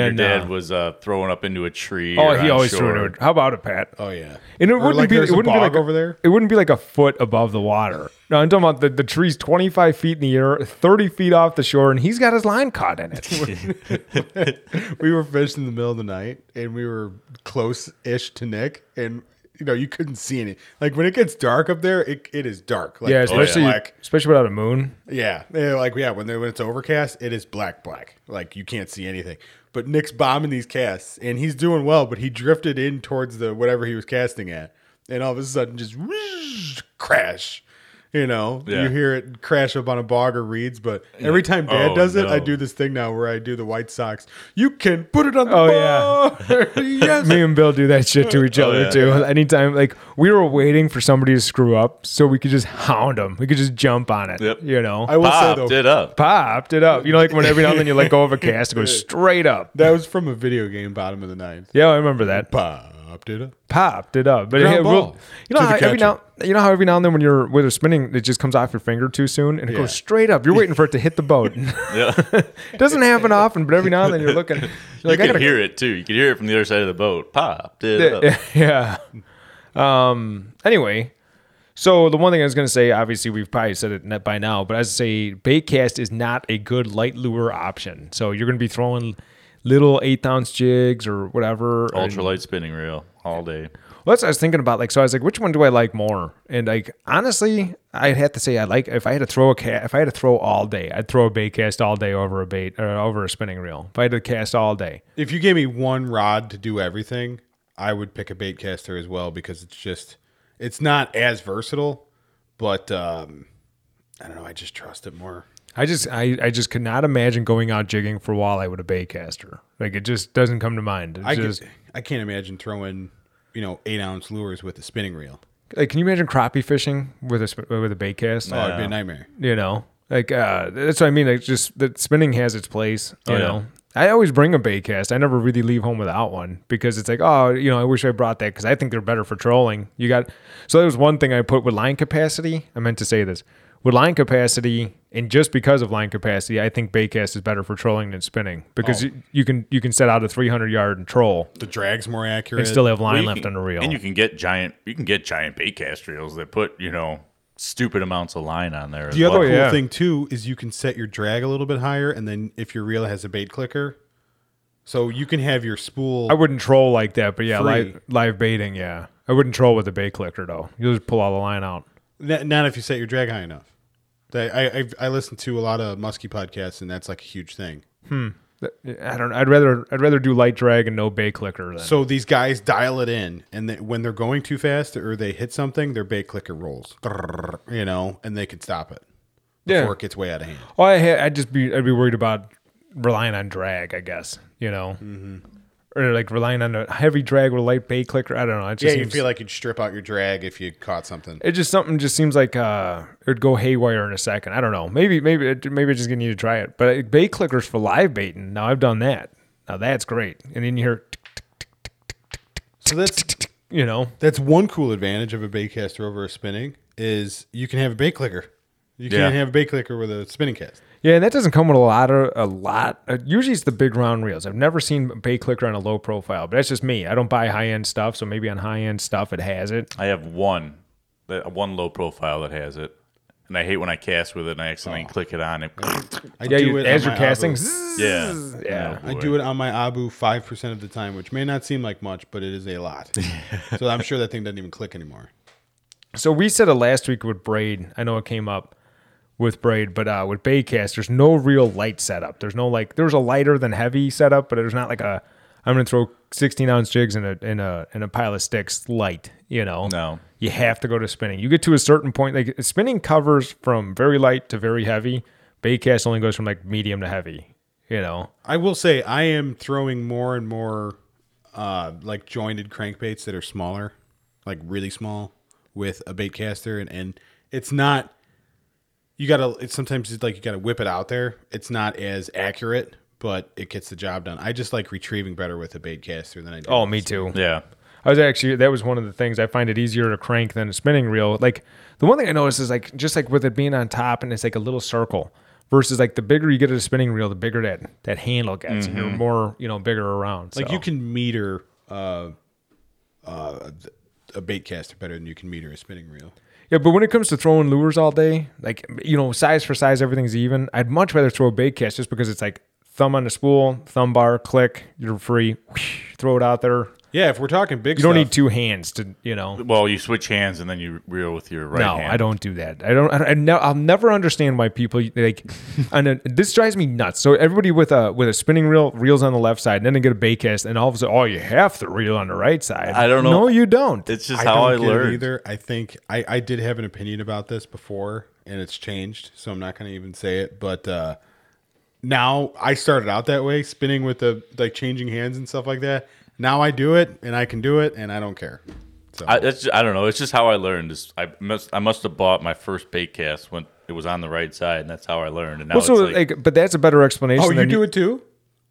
S1: And then,
S3: your dad
S1: uh,
S3: was uh, throwing up into a tree.
S1: oh,
S3: or
S1: he
S3: on
S1: always
S3: shore.
S1: threw it. How about it, Pat?
S2: Oh yeah.
S1: And it
S2: Or,
S1: wouldn't
S2: like,
S1: be.
S2: there's
S1: It
S2: a
S1: wouldn't be
S2: bog
S1: like a-
S2: over there.
S1: It wouldn't be like a foot above the water. No, I'm talking about the, the tree's 25 feet in the air, 30 feet off the shore, and he's got his line caught in
S3: Oh,
S1: it.
S2: We were fishing in the middle of the night, and we were close-ish to Nick, and you know you couldn't see any. Like when it gets dark up there, it, it is dark. Like,
S1: yeah,
S2: pitch
S1: especially
S2: black.
S1: especially without a moon.
S2: Yeah, Yeah, like yeah, when they, when it's overcast, it is black black. Like you can't see anything. But Nick's bombing these casts, and he's doing well. But he drifted in towards the whatever he was casting at, and all of a sudden just whoosh, crash. You know,
S3: Yeah.
S2: you hear it crash up on a bog or reeds. But every time Dad
S3: Oh,
S2: does it, I
S3: no.
S2: do this thing now where I do the White Sox. You can put it on the
S1: Oh,
S2: bog. Oh, yes.
S1: Me and Bill do that shit to each other
S3: Oh, yeah.
S1: too. Anytime, like we were waiting for somebody to screw up, so we could just hound them. We could just jump on it.
S3: Yep.
S1: You know,
S2: I will say
S3: Popped
S2: though,
S3: it up.
S1: popped it up. You know, like when every now and then you let go of a cast, it goes straight up.
S2: that was from a video game, bottom of the ninth.
S1: Yeah, I remember that.
S2: Popped it up.
S1: Popped it up, but it
S2: Ground
S1: had real,
S2: ball
S1: you know
S2: to the
S1: how every now
S2: catcher.
S1: you know how every now and then when you're with a spinning, it just comes off your finger too soon and it
S2: Yeah.
S1: goes straight up. You're waiting for it to hit the boat.
S3: Yeah.
S1: Doesn't happen often, but every now and then you're looking. You're
S3: You
S1: like, I
S3: could
S1: gotta-
S3: hear it too. You could hear it from the other side of the boat. Popped it up.
S1: yeah. Um. Anyway, so the one thing I was gonna say, obviously we've probably said it net by now, but I was say baitcast is not a good light lure option. So you're gonna be throwing little eighth ounce jigs or whatever. and-
S3: Ultralight spinning reel all day.
S1: well, that's what I was thinking about. Like, so I was like, which one do I like more? And like, honestly, I'd have to say I like if I had to throw a cat, if I had to throw all day, I'd throw a bait cast all day over a bait or over a spinning reel. If I had to cast all day,
S2: If you gave me one rod to do everything, I would pick a bait caster as well because it's just it's not as versatile, but um I don't know, I just trust it more.
S1: I just I, I just could not imagine going out jigging for walleye with a bait caster. Like it just doesn't come to mind. It's
S2: I
S1: just
S2: can, I can't imagine throwing, you know, 8 ounce lures with a spinning reel.
S1: like can you imagine crappie fishing with a sp- with a bait cast?
S2: Oh, it'd be a nightmare.
S1: You know, like uh, that's what I mean. Like just that spinning has its place. You
S3: yeah.
S1: know, I always bring a bait cast. I never really leave home without one because it's like oh you know I wish I brought that because I think they're better for trolling. You got so that was one thing I put with line capacity. I meant to say this with line capacity. And just because of line capacity, I think bait cast is better for trolling than spinning because
S3: Oh.
S1: you, you can you can set out a 300 yard and troll
S2: The drag's more accurate.
S1: and still have
S3: Well,
S1: line
S3: you
S1: left
S3: can-
S1: on the reel.
S3: And you can get giant. You can get giant bait cast reels that put you know stupid amounts of line on there. as
S2: the other
S3: well.
S2: cool
S1: Oh, yeah.
S2: thing too is you can set your drag a little bit higher and then if your reel has a bait clicker, so you can have your spool
S1: I wouldn't troll like that, but yeah,
S2: Free.
S1: live live baiting, yeah. I wouldn't troll with a bait clicker though. You'll just pull all the line out.
S2: Not, not if you set your drag high enough. They, I, I I listen to a lot of musky podcasts, and that's like a huge thing.
S1: I don't. I'd rather. I'd rather do light drag and no bait clicker. Then.
S2: So these guys dial it in, and they, when they're going too fast or they hit something, their bait clicker rolls, you know, and they can stop it before
S1: Yeah.
S2: it gets way out of hand.
S1: Oh, Well, I had, I'd just be. I'd be worried about relying on drag, I guess, you know?
S2: Mm-hmm.
S1: Or like relying on a heavy drag with a light bait clicker. I don't know. It
S2: Yeah,
S1: just
S2: you
S1: seems-
S2: feel like you'd strip out your drag if you caught something.
S1: it just something just seems like uh it would go haywire in a second. I don't know. Maybe maybe it- maybe I just gonna need to try it. But uh, bait clickers for live baiting. Now I've done that. Now that's great. And then you hear tick,
S2: So that's
S1: you know
S2: that's one cool advantage of a bait caster over a spinning is you can have a bait clicker. You
S3: Yeah.
S2: can't have a bait clicker with a spinning cast.
S1: yeah. And that doesn't come with a lot of a lot. Uh, usually it's the big round reels. I've never seen a bait clicker on a low profile. But that's just me. I don't buy high end stuff. So maybe on high end stuff it has it.
S3: I have one, that one low profile that has it, and I hate when I cast with it and I accidentally
S2: Oh.
S3: click it on. It,
S2: I
S1: Yeah, you,
S2: it
S1: as
S2: on
S1: you're
S2: my
S1: casting.
S2: Abu.
S1: zzz,
S3: yeah, Oh,
S1: Yeah.
S2: I do it on my Abu five percent of the time, which may not seem like much, but it is a lot. so I'm sure that thing doesn't even click anymore.
S1: So we said it last week with braid. I know it came up with braid, but uh, with Baycast, there's no real light setup. There's no like there's a lighter than heavy setup, but there's not like a I'm gonna throw 16 ounce jigs in a in a in a pile of sticks light. You know,
S3: No.
S1: You have to go to spinning. You get to a certain point, like spinning covers from very light to very heavy. Baycast only goes from like medium to heavy. You know,
S2: I will say I am throwing more and more uh, like jointed crankbaits that are smaller, like really small, with a bait caster, and, and it's not. You gotta. It's sometimes it's like you gotta whip it out there. It's not as accurate, but it gets the job done. I just like retrieving better with a bait caster than I do.
S1: oh, me too.
S3: yeah.
S1: I was actually that was one of the things I find it easier to crank than a spinning reel. Like the one thing I noticed is like just like with it being on top and it's like a little circle versus like the bigger you get at a spinning reel, the bigger that that handle gets and you're more you know bigger around.
S2: Mm-hmm. Like
S1: so.
S2: you can meter uh, uh, a bait caster better than you can meter a spinning reel.
S1: yeah, but when it comes to throwing lures all day, like you know size for size everything's even. I'd much rather throw a bait cast just because it's like thumb on the spool, thumb bar, click, you're free, throw it out there.
S2: Yeah, if we're talking big,
S1: You don't
S2: stuff,
S1: need two hands to you know.
S3: Well, you switch hands and then you reel with your right
S1: no,
S3: hand.
S1: I don't do that. I don't. I, I ne- I'll never understand why people like. and uh, this drives me nuts. So everybody with a with a spinning reel reels on the left side, and then they get a bait cast, and all of a sudden, oh, you have to reel on the right side.
S3: I don't know.
S1: No, you don't.
S3: It's just how I
S2: don't get it
S3: learned.
S2: Either I think I, I did have an opinion about this before, and it's changed, so I'm not going to even say it. But uh, now I started out that way, spinning with the like changing hands and stuff like that. Now I do it, and I can do it, and I don't care. So
S3: I, that's ju- I don't know. It's just how I learned. It's- I must I must have bought my first bait cast when it was on the right side, and that's how I learned. And now
S1: also,
S3: it's like,
S1: like, but that's a better explanation.
S2: oh, you
S1: than
S2: do it too?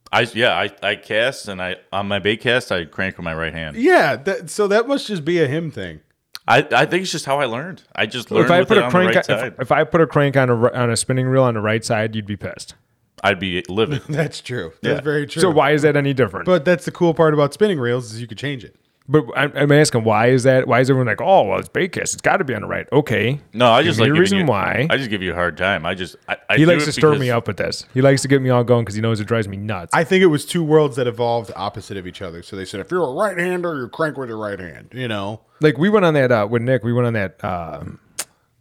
S3: I yeah I, I cast and I on my bait cast I crank with my right hand.
S2: Yeah. That, so that must just be a him thing.
S3: I, I think it's just how I learned. I just learned
S1: If I
S3: with
S1: put
S3: it
S1: a
S3: on the
S1: crank,
S3: right
S1: if-
S3: side.
S1: if, I put a crank on a ri- on a spinning reel on the right side, you'd be pissed.
S3: I'd be livid.
S2: That's true. That's
S3: Yeah.
S2: very true.
S1: So why is that any different?
S2: But that's the cool part about spinning reels is you could change it.
S1: but I'm, I'm asking why is that? Why is everyone like, oh, well, it's bait cast. It's got to be on the right. Okay.
S3: No, I
S1: Give
S3: just
S1: me
S3: like
S1: a
S3: giving
S1: reason
S3: you-
S1: why.
S3: I just give you a hard time. I just I, I
S1: He
S3: do
S1: likes
S3: it
S1: to stir me
S3: because-
S1: up with this. He likes to get me all going because he knows it drives me nuts.
S2: I think it was two worlds that evolved opposite of each other. So they said, if you're a right hander, you crank with your right hand. You know,
S1: like we went on that uh, with Nick. We went on that uh,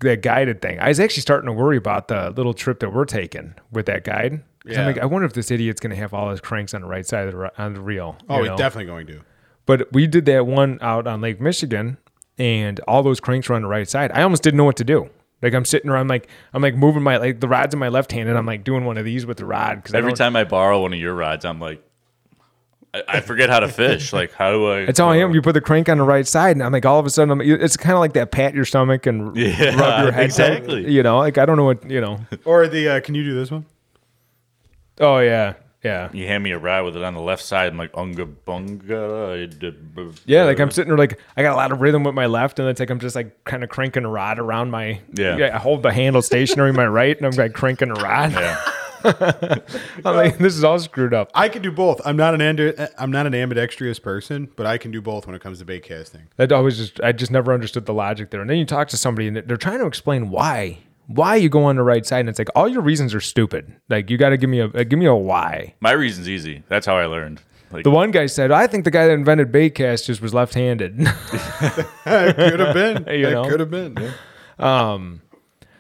S1: that guided thing. I was actually starting to worry about the little trip that we're taking with that guide. 'Cause I'm
S2: Yeah.
S1: like, I wonder if this idiot's going to have all his cranks on the right side of the, ri- on the reel.
S2: oh,
S1: you
S2: he's
S1: know?
S2: definitely going to.
S1: But we did that one out on Lake Michigan, and all those cranks were on the right side. I almost didn't know what to do. Like I'm sitting around, like I'm like moving my like the rod's in my left hand, and I'm like doing one of these with the rod because
S3: Every time I borrow one of your rods, I'm like, I, I forget how to fish. like, how do I?
S1: That's how I am. You put the crank on the right side, and I'm like, all of a sudden, I'm, it's kind of like that pat your stomach and
S3: Yeah,
S1: rub your head.
S3: exactly.
S1: You know, like I don't know what you know.
S2: Or the uh, can you do this one?
S1: Oh yeah, yeah,
S3: You hand me a rod with it on the left side. I'm like, unga bunga. I d- b-
S1: yeah. Like I'm sitting there, like I got a lot of rhythm with my left, and it's like I'm just like kind of cranking a rod around my.
S3: Yeah.
S1: I hold the handle stationary in my right, and I'm like cranking a rod.
S3: Yeah.
S1: I'm like, this is all screwed up.
S2: I can do both. I'm not an and- I'm not an ambidextrous person, but I can do both when it comes to bait casting.
S1: That always just I just never understood the logic there. And then you talk to somebody and they're trying to explain why why you go on the right side, and it's like all your reasons are stupid. Like you got to give me a give me a why.
S3: My reason's easy. That's how I learned. Like,
S1: The one guy said, "I think the guy that invented baitcast just was left-handed."
S2: Could have been.
S1: You
S2: It
S1: know?
S2: could have been. yeah.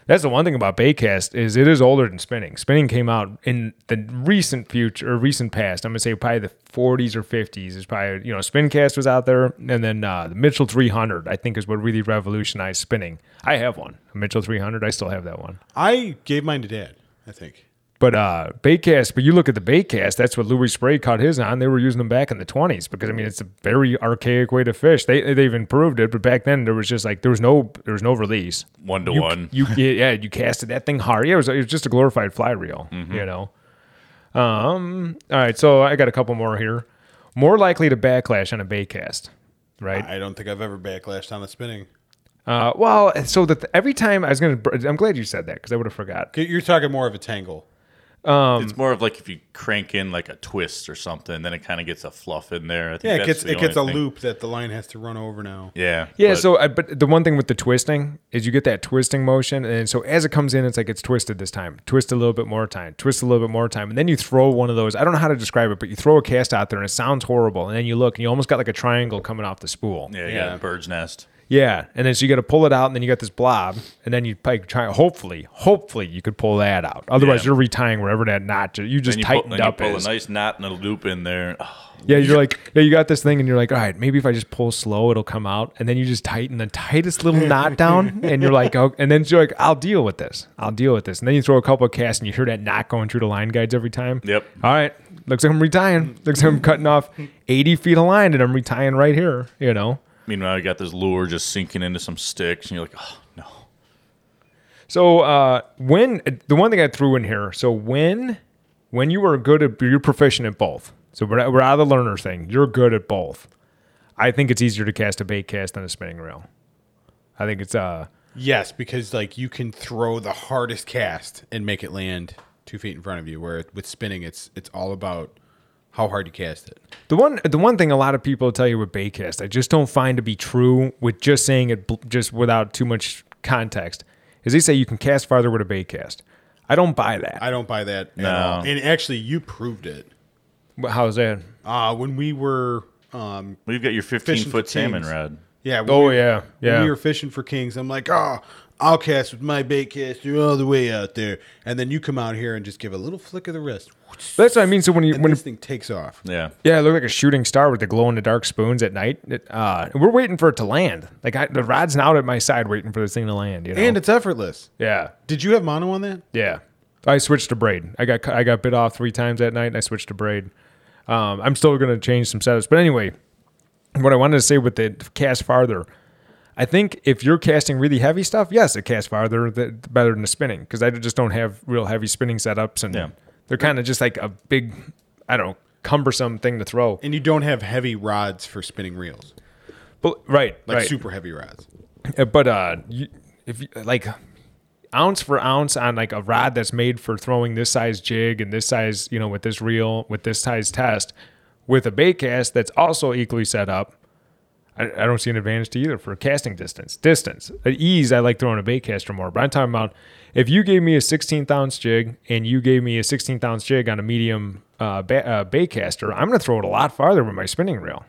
S1: That's the one thing about baitcast is it is older than spinning. Spinning came out in the recent future or recent past. I'm gonna say probably the 40s or 50s is probably you know spincast was out there, and then uh, the Mitchell 300 I think is what really revolutionized spinning. I have one, a Mitchell 300. I still have that one.
S2: I gave mine to dad. I think
S1: But uh, bait cast, but you look at the bait cast, that's what Louis Spray caught his on. They were using them back in the 20s because, I mean, it's a very archaic way to fish. They, they've improved it, but back then there was just like, there was no, there was no release.
S3: One to
S1: You-
S3: one.
S1: You, yeah, yeah, you casted that thing hard. Yeah, it was, it was just a glorified fly reel, you know? Um, all right, so I got a couple more here. More likely to backlash on a bait cast, right?
S2: I don't think I've ever backlashed on a spinning.
S1: Uh, well, so that every time I was gonna, I'm glad you said that because I would have forgot.
S2: 'Kay, You're talking more of a tangle.
S1: um,
S3: it's more of like if you crank in like a twist or something, then it kind of gets a fluff in there. I think
S2: Yeah, it
S3: that's
S2: gets
S3: the
S2: it gets a
S3: only thing.
S2: loop that the line has to run over now.
S3: Yeah.
S1: Yeah.
S3: but-
S1: so, I, but the one thing with the twisting is you get that twisting motion, and so as it comes in, it's like it's twisted this time. Twist a little bit more time. Twist a little bit more time, and then you throw one of those. I don't know how to describe it, but you throw a cast out there, and it sounds horrible. And then you look, and you almost got like a triangle coming off the spool.
S3: yeah, you
S2: yeah.
S3: got a bird's nest.
S1: Yeah, and then so you got to pull it out, and then you got this blob, and then you like try. Hopefully, hopefully you could pull that out. Otherwise,
S3: Yeah.
S1: you're retying wherever that knot. You just
S3: Then you pull,
S1: tightened
S3: then you
S1: up.
S3: pull a
S1: is.
S3: nice knot and a loop in there. Oh,
S1: Yeah, you're like, yeah, you got this thing, and you're like, all right, maybe if I just pull slow, it'll come out, and then you just tighten the tightest little knot down, and you're like, oh, and then you're like, I'll deal with this, I'll deal with this, and then you throw a couple of casts, and you hear that knot going through the line guides every time.
S3: Yep.
S1: All right, looks like I'm retying. Looks like I'm cutting off 80 feet of line, and I'm retying right here. You know.
S3: meanwhile, you got this lure just sinking into some sticks, and you're like, oh no.
S1: So uh, when the one thing I threw in here, so when when you are good at you're proficient at both. So we're, we're out of the learner thing. You're good at both. I think it's easier to cast a bait cast than a spinning reel. I think it's uh
S2: Yes, because like you can throw the hardest cast and make it land two feet in front of you. Where with spinning, it's it's all about how hard you cast it.
S1: the one the one thing a lot of people tell you with bait cast. I just don't find to be true with just saying it bl- just without too much context. Is they say you can cast farther with a bait cast. I don't buy that.
S2: I don't buy that. At all. And actually, you proved it
S1: How's that?
S2: uh, when we were. Um,
S3: Well, you've got your 15
S2: Fishing for
S3: foot salmon
S2: teams.
S3: rod.
S2: yeah. when
S1: Oh
S2: we-
S1: yeah,
S2: When
S1: yeah.
S2: we were fishing for kings, I'm like, oh, I'll cast with my bait caster all the way out there, and then you come out here and just give a little flick of the wrist,
S1: That's what I mean. So when you
S2: and
S1: when
S2: this thing takes off.
S3: Yeah.
S1: Yeah, it looked like a shooting star with the glow in the dark spoons at night. It, uh, we're waiting for it to land. Like I, the rod's out at my side, waiting for this thing to land. You know.
S2: And it's effortless.
S1: yeah,
S2: Did you have mono on that?
S1: yeah. I switched to braid. I got cu- I got bit off three times that night, and I switched to braid. Um, I'm still going to change some setups, but anyway, what I wanted to say with the cast farther, I think if you're casting really heavy stuff, yes, it casts farther th- better than the spinning because I just don't have real heavy spinning setups, and
S3: Yeah.
S1: they're kind of just like a big, I don't know, cumbersome thing to throw.
S2: And you don't have heavy rods for spinning reels,
S1: But right,
S2: like
S1: right.
S2: super heavy rods.
S1: Uh, but uh you, if you, like ounce for ounce on like a rod that's made for throwing this size jig and this size you know with this reel with this size test with a bait cast that's also equally set up I, I don't see an advantage to either for casting distance distance at ease i like throwing a bait caster more but i'm talking about if you gave me a 16th ounce jig and you gave me a 16th ounce jig on a medium uh, ba- uh, bait caster i'm going to throw it a lot farther with my spinning reel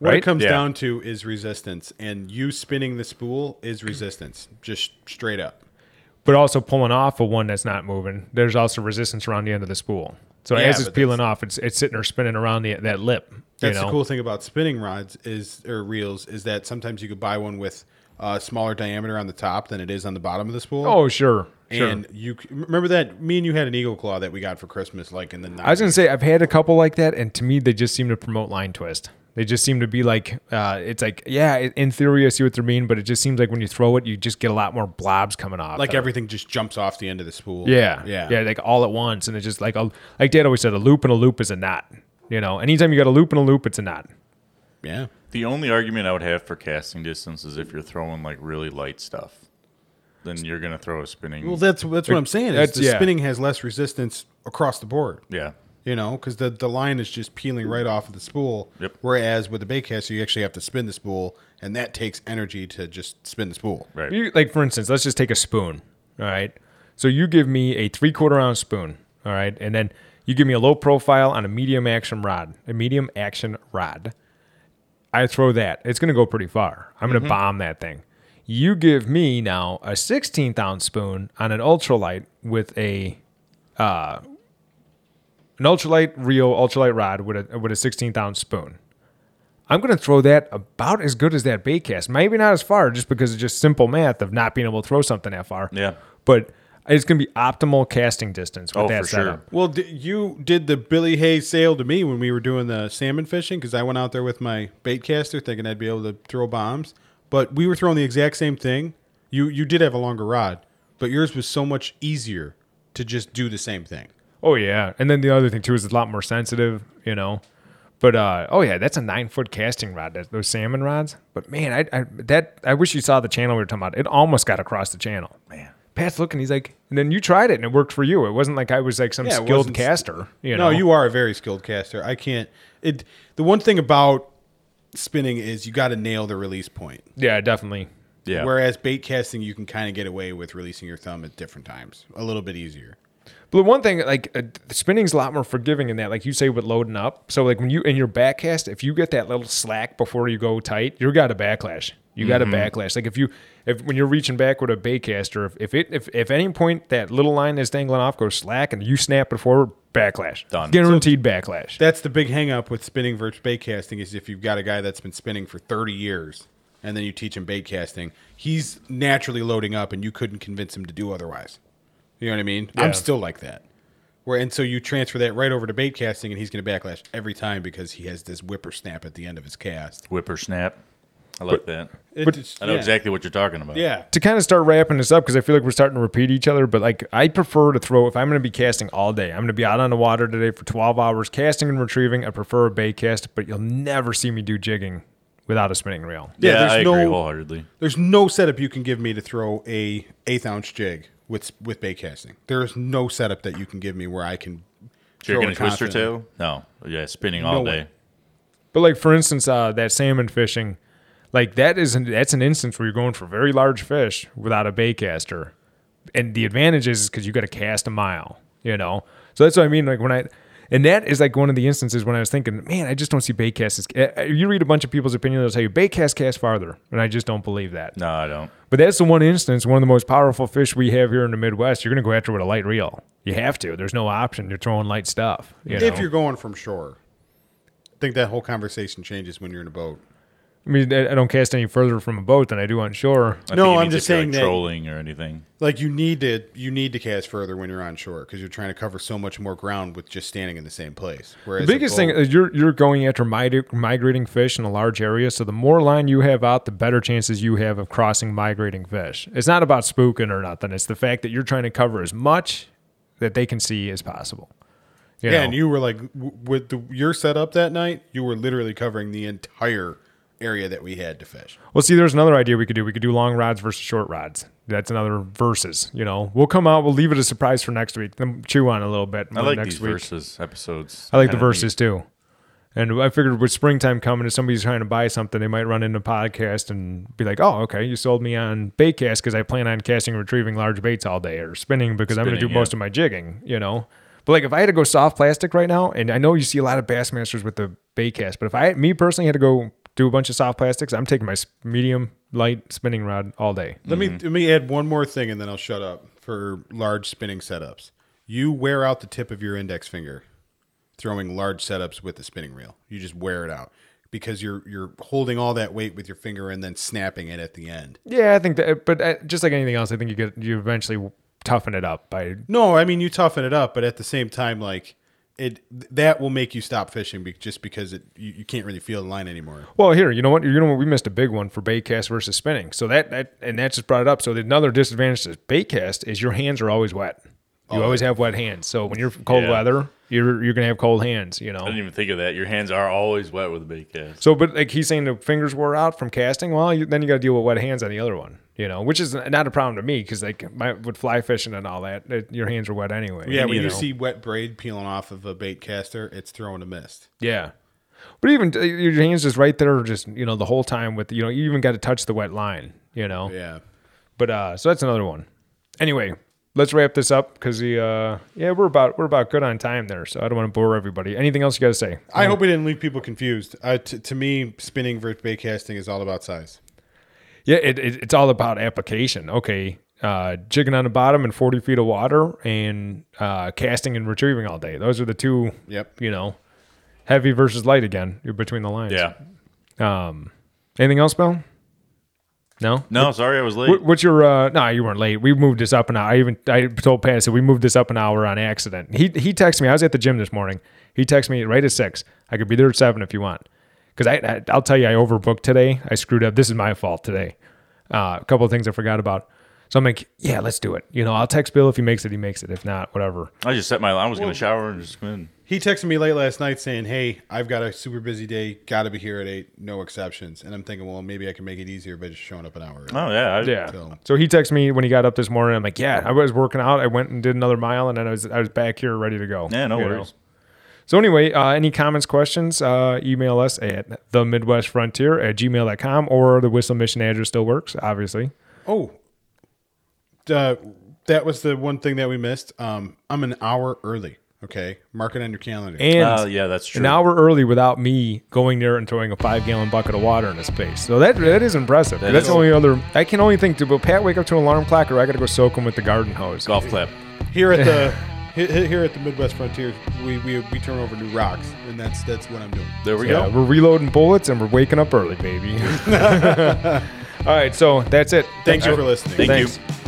S2: What
S1: Right?
S2: it comes
S3: Yeah.
S2: down to is resistance, and you spinning the spool is resistance, just straight up.
S1: but also pulling off of one that's not moving. There's also resistance around the end of the spool. So
S2: Yeah,
S1: as it's
S2: but
S1: peeling off, it's it's sitting or spinning around the that lip. you
S2: That's
S1: know?
S2: the cool thing about spinning rods is or reels is that sometimes you could buy one with a smaller diameter on the top than it is on the bottom of the spool.
S1: Oh sure, sure.
S2: and you c- remember that me and you had an eagle claw that we got for Christmas, like in the
S1: I was gonna say I've had a couple like that, and to me they just seem to promote line twist. They just seem to be like uh, it's like yeah, i- in theory I see what they mean, but it just seems like when you throw it, you just get a lot more blobs coming off.
S2: like
S1: of it.
S2: everything just jumps off the end of the spool.
S1: Yeah,
S2: yeah,
S1: yeah, like all at once, and it's just like a like Dad always said, a loop and a loop is a knot. You know, anytime you got a loop and a loop, it's a knot.
S2: yeah.
S3: The only argument I would have for casting distance is if you're throwing like really light stuff, then you're going to throw a spinning.
S2: Well, that's that's what I'm saying. Is
S1: That's-
S2: the
S1: yeah.
S2: spinning has less resistance across the board.
S3: yeah.
S2: You know, because the, the line is just peeling right off of the spool.
S3: Yep.
S2: Whereas with the bait caster, you actually have to spin the spool, and that takes energy to just spin the spool.
S3: Right.
S1: You, like for instance, let's just take a spoon. All right. So you give me a three quarter ounce spoon. All right, and then you give me a low profile on a medium action rod. A medium action rod. I throw that. It's going to go pretty far. I'm
S3: Mm-hmm.
S1: going to bomb that thing. You give me now a 16th ounce spoon on an ultralight with a uh, an ultralight reel, ultralight rod with a with a 16th ounce spoon. I'm going to throw that about as good as that bait cast. Maybe not as far, just because it's just simple math of not being able to throw something that far.
S3: Yeah.
S1: But It's going to be optimal casting distance with
S3: Oh,
S1: that
S3: for sure.
S1: setup.
S2: Well, d- you did the Billy Hayes sale to me when we were doing the salmon fishing because I went out there with my bait caster thinking I'd be able to throw bombs, but we were throwing the exact same thing. You you did have a longer rod, but yours was so much easier to just do the same thing.
S1: Oh yeah, and then the other thing too is it's a lot more sensitive, you know. But uh, oh yeah, that's a nine foot casting rod, that, those salmon rods. But man, I, I that I wish you saw the channel we were talking about. It almost got across the channel.
S3: Man.
S1: Pat's looking, he's like, and then you tried it and it worked for you. It wasn't like I was like some
S2: Yeah, it
S1: skilled
S2: wasn't-
S1: caster, you
S2: no,
S1: know.
S2: you are a very skilled caster. I can't. It the one thing about spinning is you got to nail the release point.
S1: yeah, definitely.
S3: Yeah.
S2: Whereas bait casting, you can kind of get away with releasing your thumb at different times, a little bit easier.
S1: But the one thing, like uh, spinning's a lot more forgiving in that, like you say with loading up. So like when you in your back cast, if you get that little slack before you go tight, you got a backlash. You got a backlash. Like if you if when you're reaching back with a bait caster, if, if it if if any point that little line that's dangling off goes slack and you snap it forward, backlash.
S3: Done.
S1: Guaranteed backlash.
S2: That's the big hang up with spinning versus bait casting is if you've got a guy that's been spinning for 30 years and then you teach him bait casting, he's naturally loading up and you couldn't convince him to do otherwise. You know what I mean?
S1: Yeah.
S2: I'm still like that. Where and so you transfer that right over to bait casting and he's going to backlash every time because he has this whipper snap at the end of his cast.
S3: Whipper snap. I like that.
S2: It's-
S3: I know
S2: yeah.
S3: exactly what you're talking about.
S2: Yeah.
S1: to kind of start wrapping this up because I feel like we're starting to repeat each other. But like, I prefer to throw if I'm going to be casting all day. I'm going to be out on the water today for 12 hours, casting and retrieving. I prefer a bait cast, but you'll never see me do jigging without a spinning reel.
S3: Yeah,
S2: there's
S3: I
S2: no
S3: agree wholeheartedly.
S2: There's no setup you can give me to throw a eighth ounce jig with with bait casting. There is no setup that you can give me where I can.
S3: You're
S2: throw
S3: gonna
S2: it
S3: twist your
S2: confidently.
S3: tail? No. Yeah, spinning
S2: No
S3: all day.
S2: way.
S1: But like for instance, uh, that salmon fishing, like that is an, that's an instance where you're going for very large fish without a bait caster, and the advantage is because you got to cast a mile, you know. So that's what I mean. Like when I, and that is like one of the instances when I was thinking, man, I just don't see bait casts. eh, You read a bunch of people's opinion, they'll tell you bait cast cast farther, and I just don't believe that.
S3: No, I don't.
S1: But that's the one instance, one of the most powerful fish we have here in the Midwest. You're going to go after with a light reel. You have to. There's no option. You're throwing light stuff. You know?
S2: If you're going from shore, I think that whole conversation changes when you're in a boat.
S1: I mean, I I don't cast any further from a boat than I do on shore.
S3: I
S2: No,
S3: think it
S2: I'm
S3: means
S2: just
S3: if you're, like,
S2: saying that-
S3: trolling or anything.
S2: Like you need to you need to cast further when you're on shore because you're trying to cover so much more ground with just standing in the same place. Whereas
S1: The biggest thing is you're you're going after mig- migrating fish in a large area. So the more line you have out, the better chances you have of crossing migrating fish. It's not about spooking or nothing. It's the fact that you're trying to cover as much that they can see as possible. You
S2: yeah,
S1: know?
S2: and you were like w- with the, your setup that night, you were literally covering the entire area that we had to fish.
S1: Well, see, there's another idea we could do. We could do long rods versus short rods. That's another versus. You know, we'll come out. We'll leave it a surprise for next week. Then chew on it a little bit.
S3: I like
S1: next
S3: these
S1: week.
S3: verses episodes.
S1: I like the
S3: Kinda neat.
S1: verses too. And I figured with springtime coming, if somebody's trying to buy something, they might run into podcast and be like, "Oh, okay, you sold me on bait cast because I plan on casting and retrieving large baits all day, or spinning because I'm going to
S3: Spinning,
S1: do
S3: yeah.
S1: most of my jigging." You know, but like if I had to go soft plastic right now, and I know you see a lot of bassmasters with the bait cast, but if I, me personally, had to go do a bunch of soft plastics, I'm taking my s- medium light spinning rod all day.
S2: Let me let me add one more thing and then I'll shut up for large spinning setups. You wear out the tip of your index finger throwing large setups with the spinning reel. You just wear it out because you're you're holding all that weight with your finger and then snapping it at the end.
S1: Yeah, I think that. But uh, just like anything else, I think you get you eventually toughen it up by
S2: No, I mean you toughen it up, but at the same time like it that will make you stop fishing be, just because it you, you can't really feel the line anymore.
S1: Well, here, you know what? You know what? We missed a big one for bait cast versus spinning. So that, that and that just brought it up. So the, another disadvantage to bait cast is your hands are always wet. You always have wet hands. So when you're cold
S3: Yeah.
S1: weather, you're you're gonna have cold hands. You
S3: I
S1: know.
S3: didn't even think of that. Your hands are always wet with a bait cast.
S1: So, but like he's saying, the fingers wore out from casting. Well, you, then you got to deal with wet hands on the other one. You know, which is not a problem to me because like my, with fly fishing and all that, it, your hands are wet anyway.
S2: Yeah, when you
S1: know?
S2: see wet braid peeling off of a bait caster, it's throwing a mist.
S1: Yeah. But even uh, your hands just right there, just you know, the whole time with you know, you even got to touch the wet line. You know.
S2: Yeah.
S1: But uh, so that's another one. Anyway, let's wrap this up because the uh, yeah, we're about we're about good on time there, so I don't want to bore everybody. Anything else you got to say?
S2: I hope we didn't leave people confused. Uh, t- to me, spinning versus bait casting is all about size.
S1: Yeah, it, it, it's all about application. Okay, uh, jigging on the bottom in forty feet of water and uh, casting and retrieving all day. Those are the two.
S2: Yep.
S1: You know, heavy versus light again. You're between the lines.
S3: Yeah.
S1: Um, anything else, Bill? No.
S3: No, sorry, I was late.
S1: What, what's your? uh No, you weren't late. We moved this up an hour. I even I told Pat I said we moved this up an hour on accident. He he texted me. I was at the gym this morning. He texted me right at six. I could be there at seven if you want. Because I, I I'll tell you I overbooked today. I screwed up. This is my fault today. Uh, a couple of things I forgot about. So I'm like, yeah, let's do it. You know, I'll text Bill if he makes it. He makes it. If not, whatever.
S3: I just set my. I was going to shower and just come in.
S2: He texted me late last night saying, "Hey, I've got a super busy day. Got to be here at eight. No exceptions." And I'm thinking, well, maybe I can make it easier by just showing up an hour. early.
S3: Oh yeah, I,
S1: Yeah.
S2: So-
S1: So he texted me when he got up this morning. I'm like, yeah, I was working out. I went and did another mile, and then I was I was back here ready to go.
S3: Yeah, no
S1: You know?
S3: worries.
S1: So anyway, uh, any comments, questions, uh, email us at the Midwest Frontier at gmail.com or the Whistle Mission address still works, obviously.
S2: Oh, uh, that was the one thing that we missed. Um, I'm an hour early. Okay, mark it on your calendar.
S1: And
S3: Uh, yeah, that's true.
S1: an hour early without me going there and throwing a five gallon bucket of water in his face. So that that is impressive. That's
S3: is-
S1: the only other I can only think to but Pat wake up to an alarm clock or I gotta go soak him with the garden hose.
S3: golf clap.
S2: here at the he- he- here at the Midwest Frontier, we, we we turn over new rocks, and that's that's what I'm doing.
S3: There we
S1: Yeah,
S3: go.
S1: we're reloading bullets and we're waking up early, baby. All right, so that's it.
S2: Thank you for listening.
S3: Thank
S1: Thanks.
S3: you.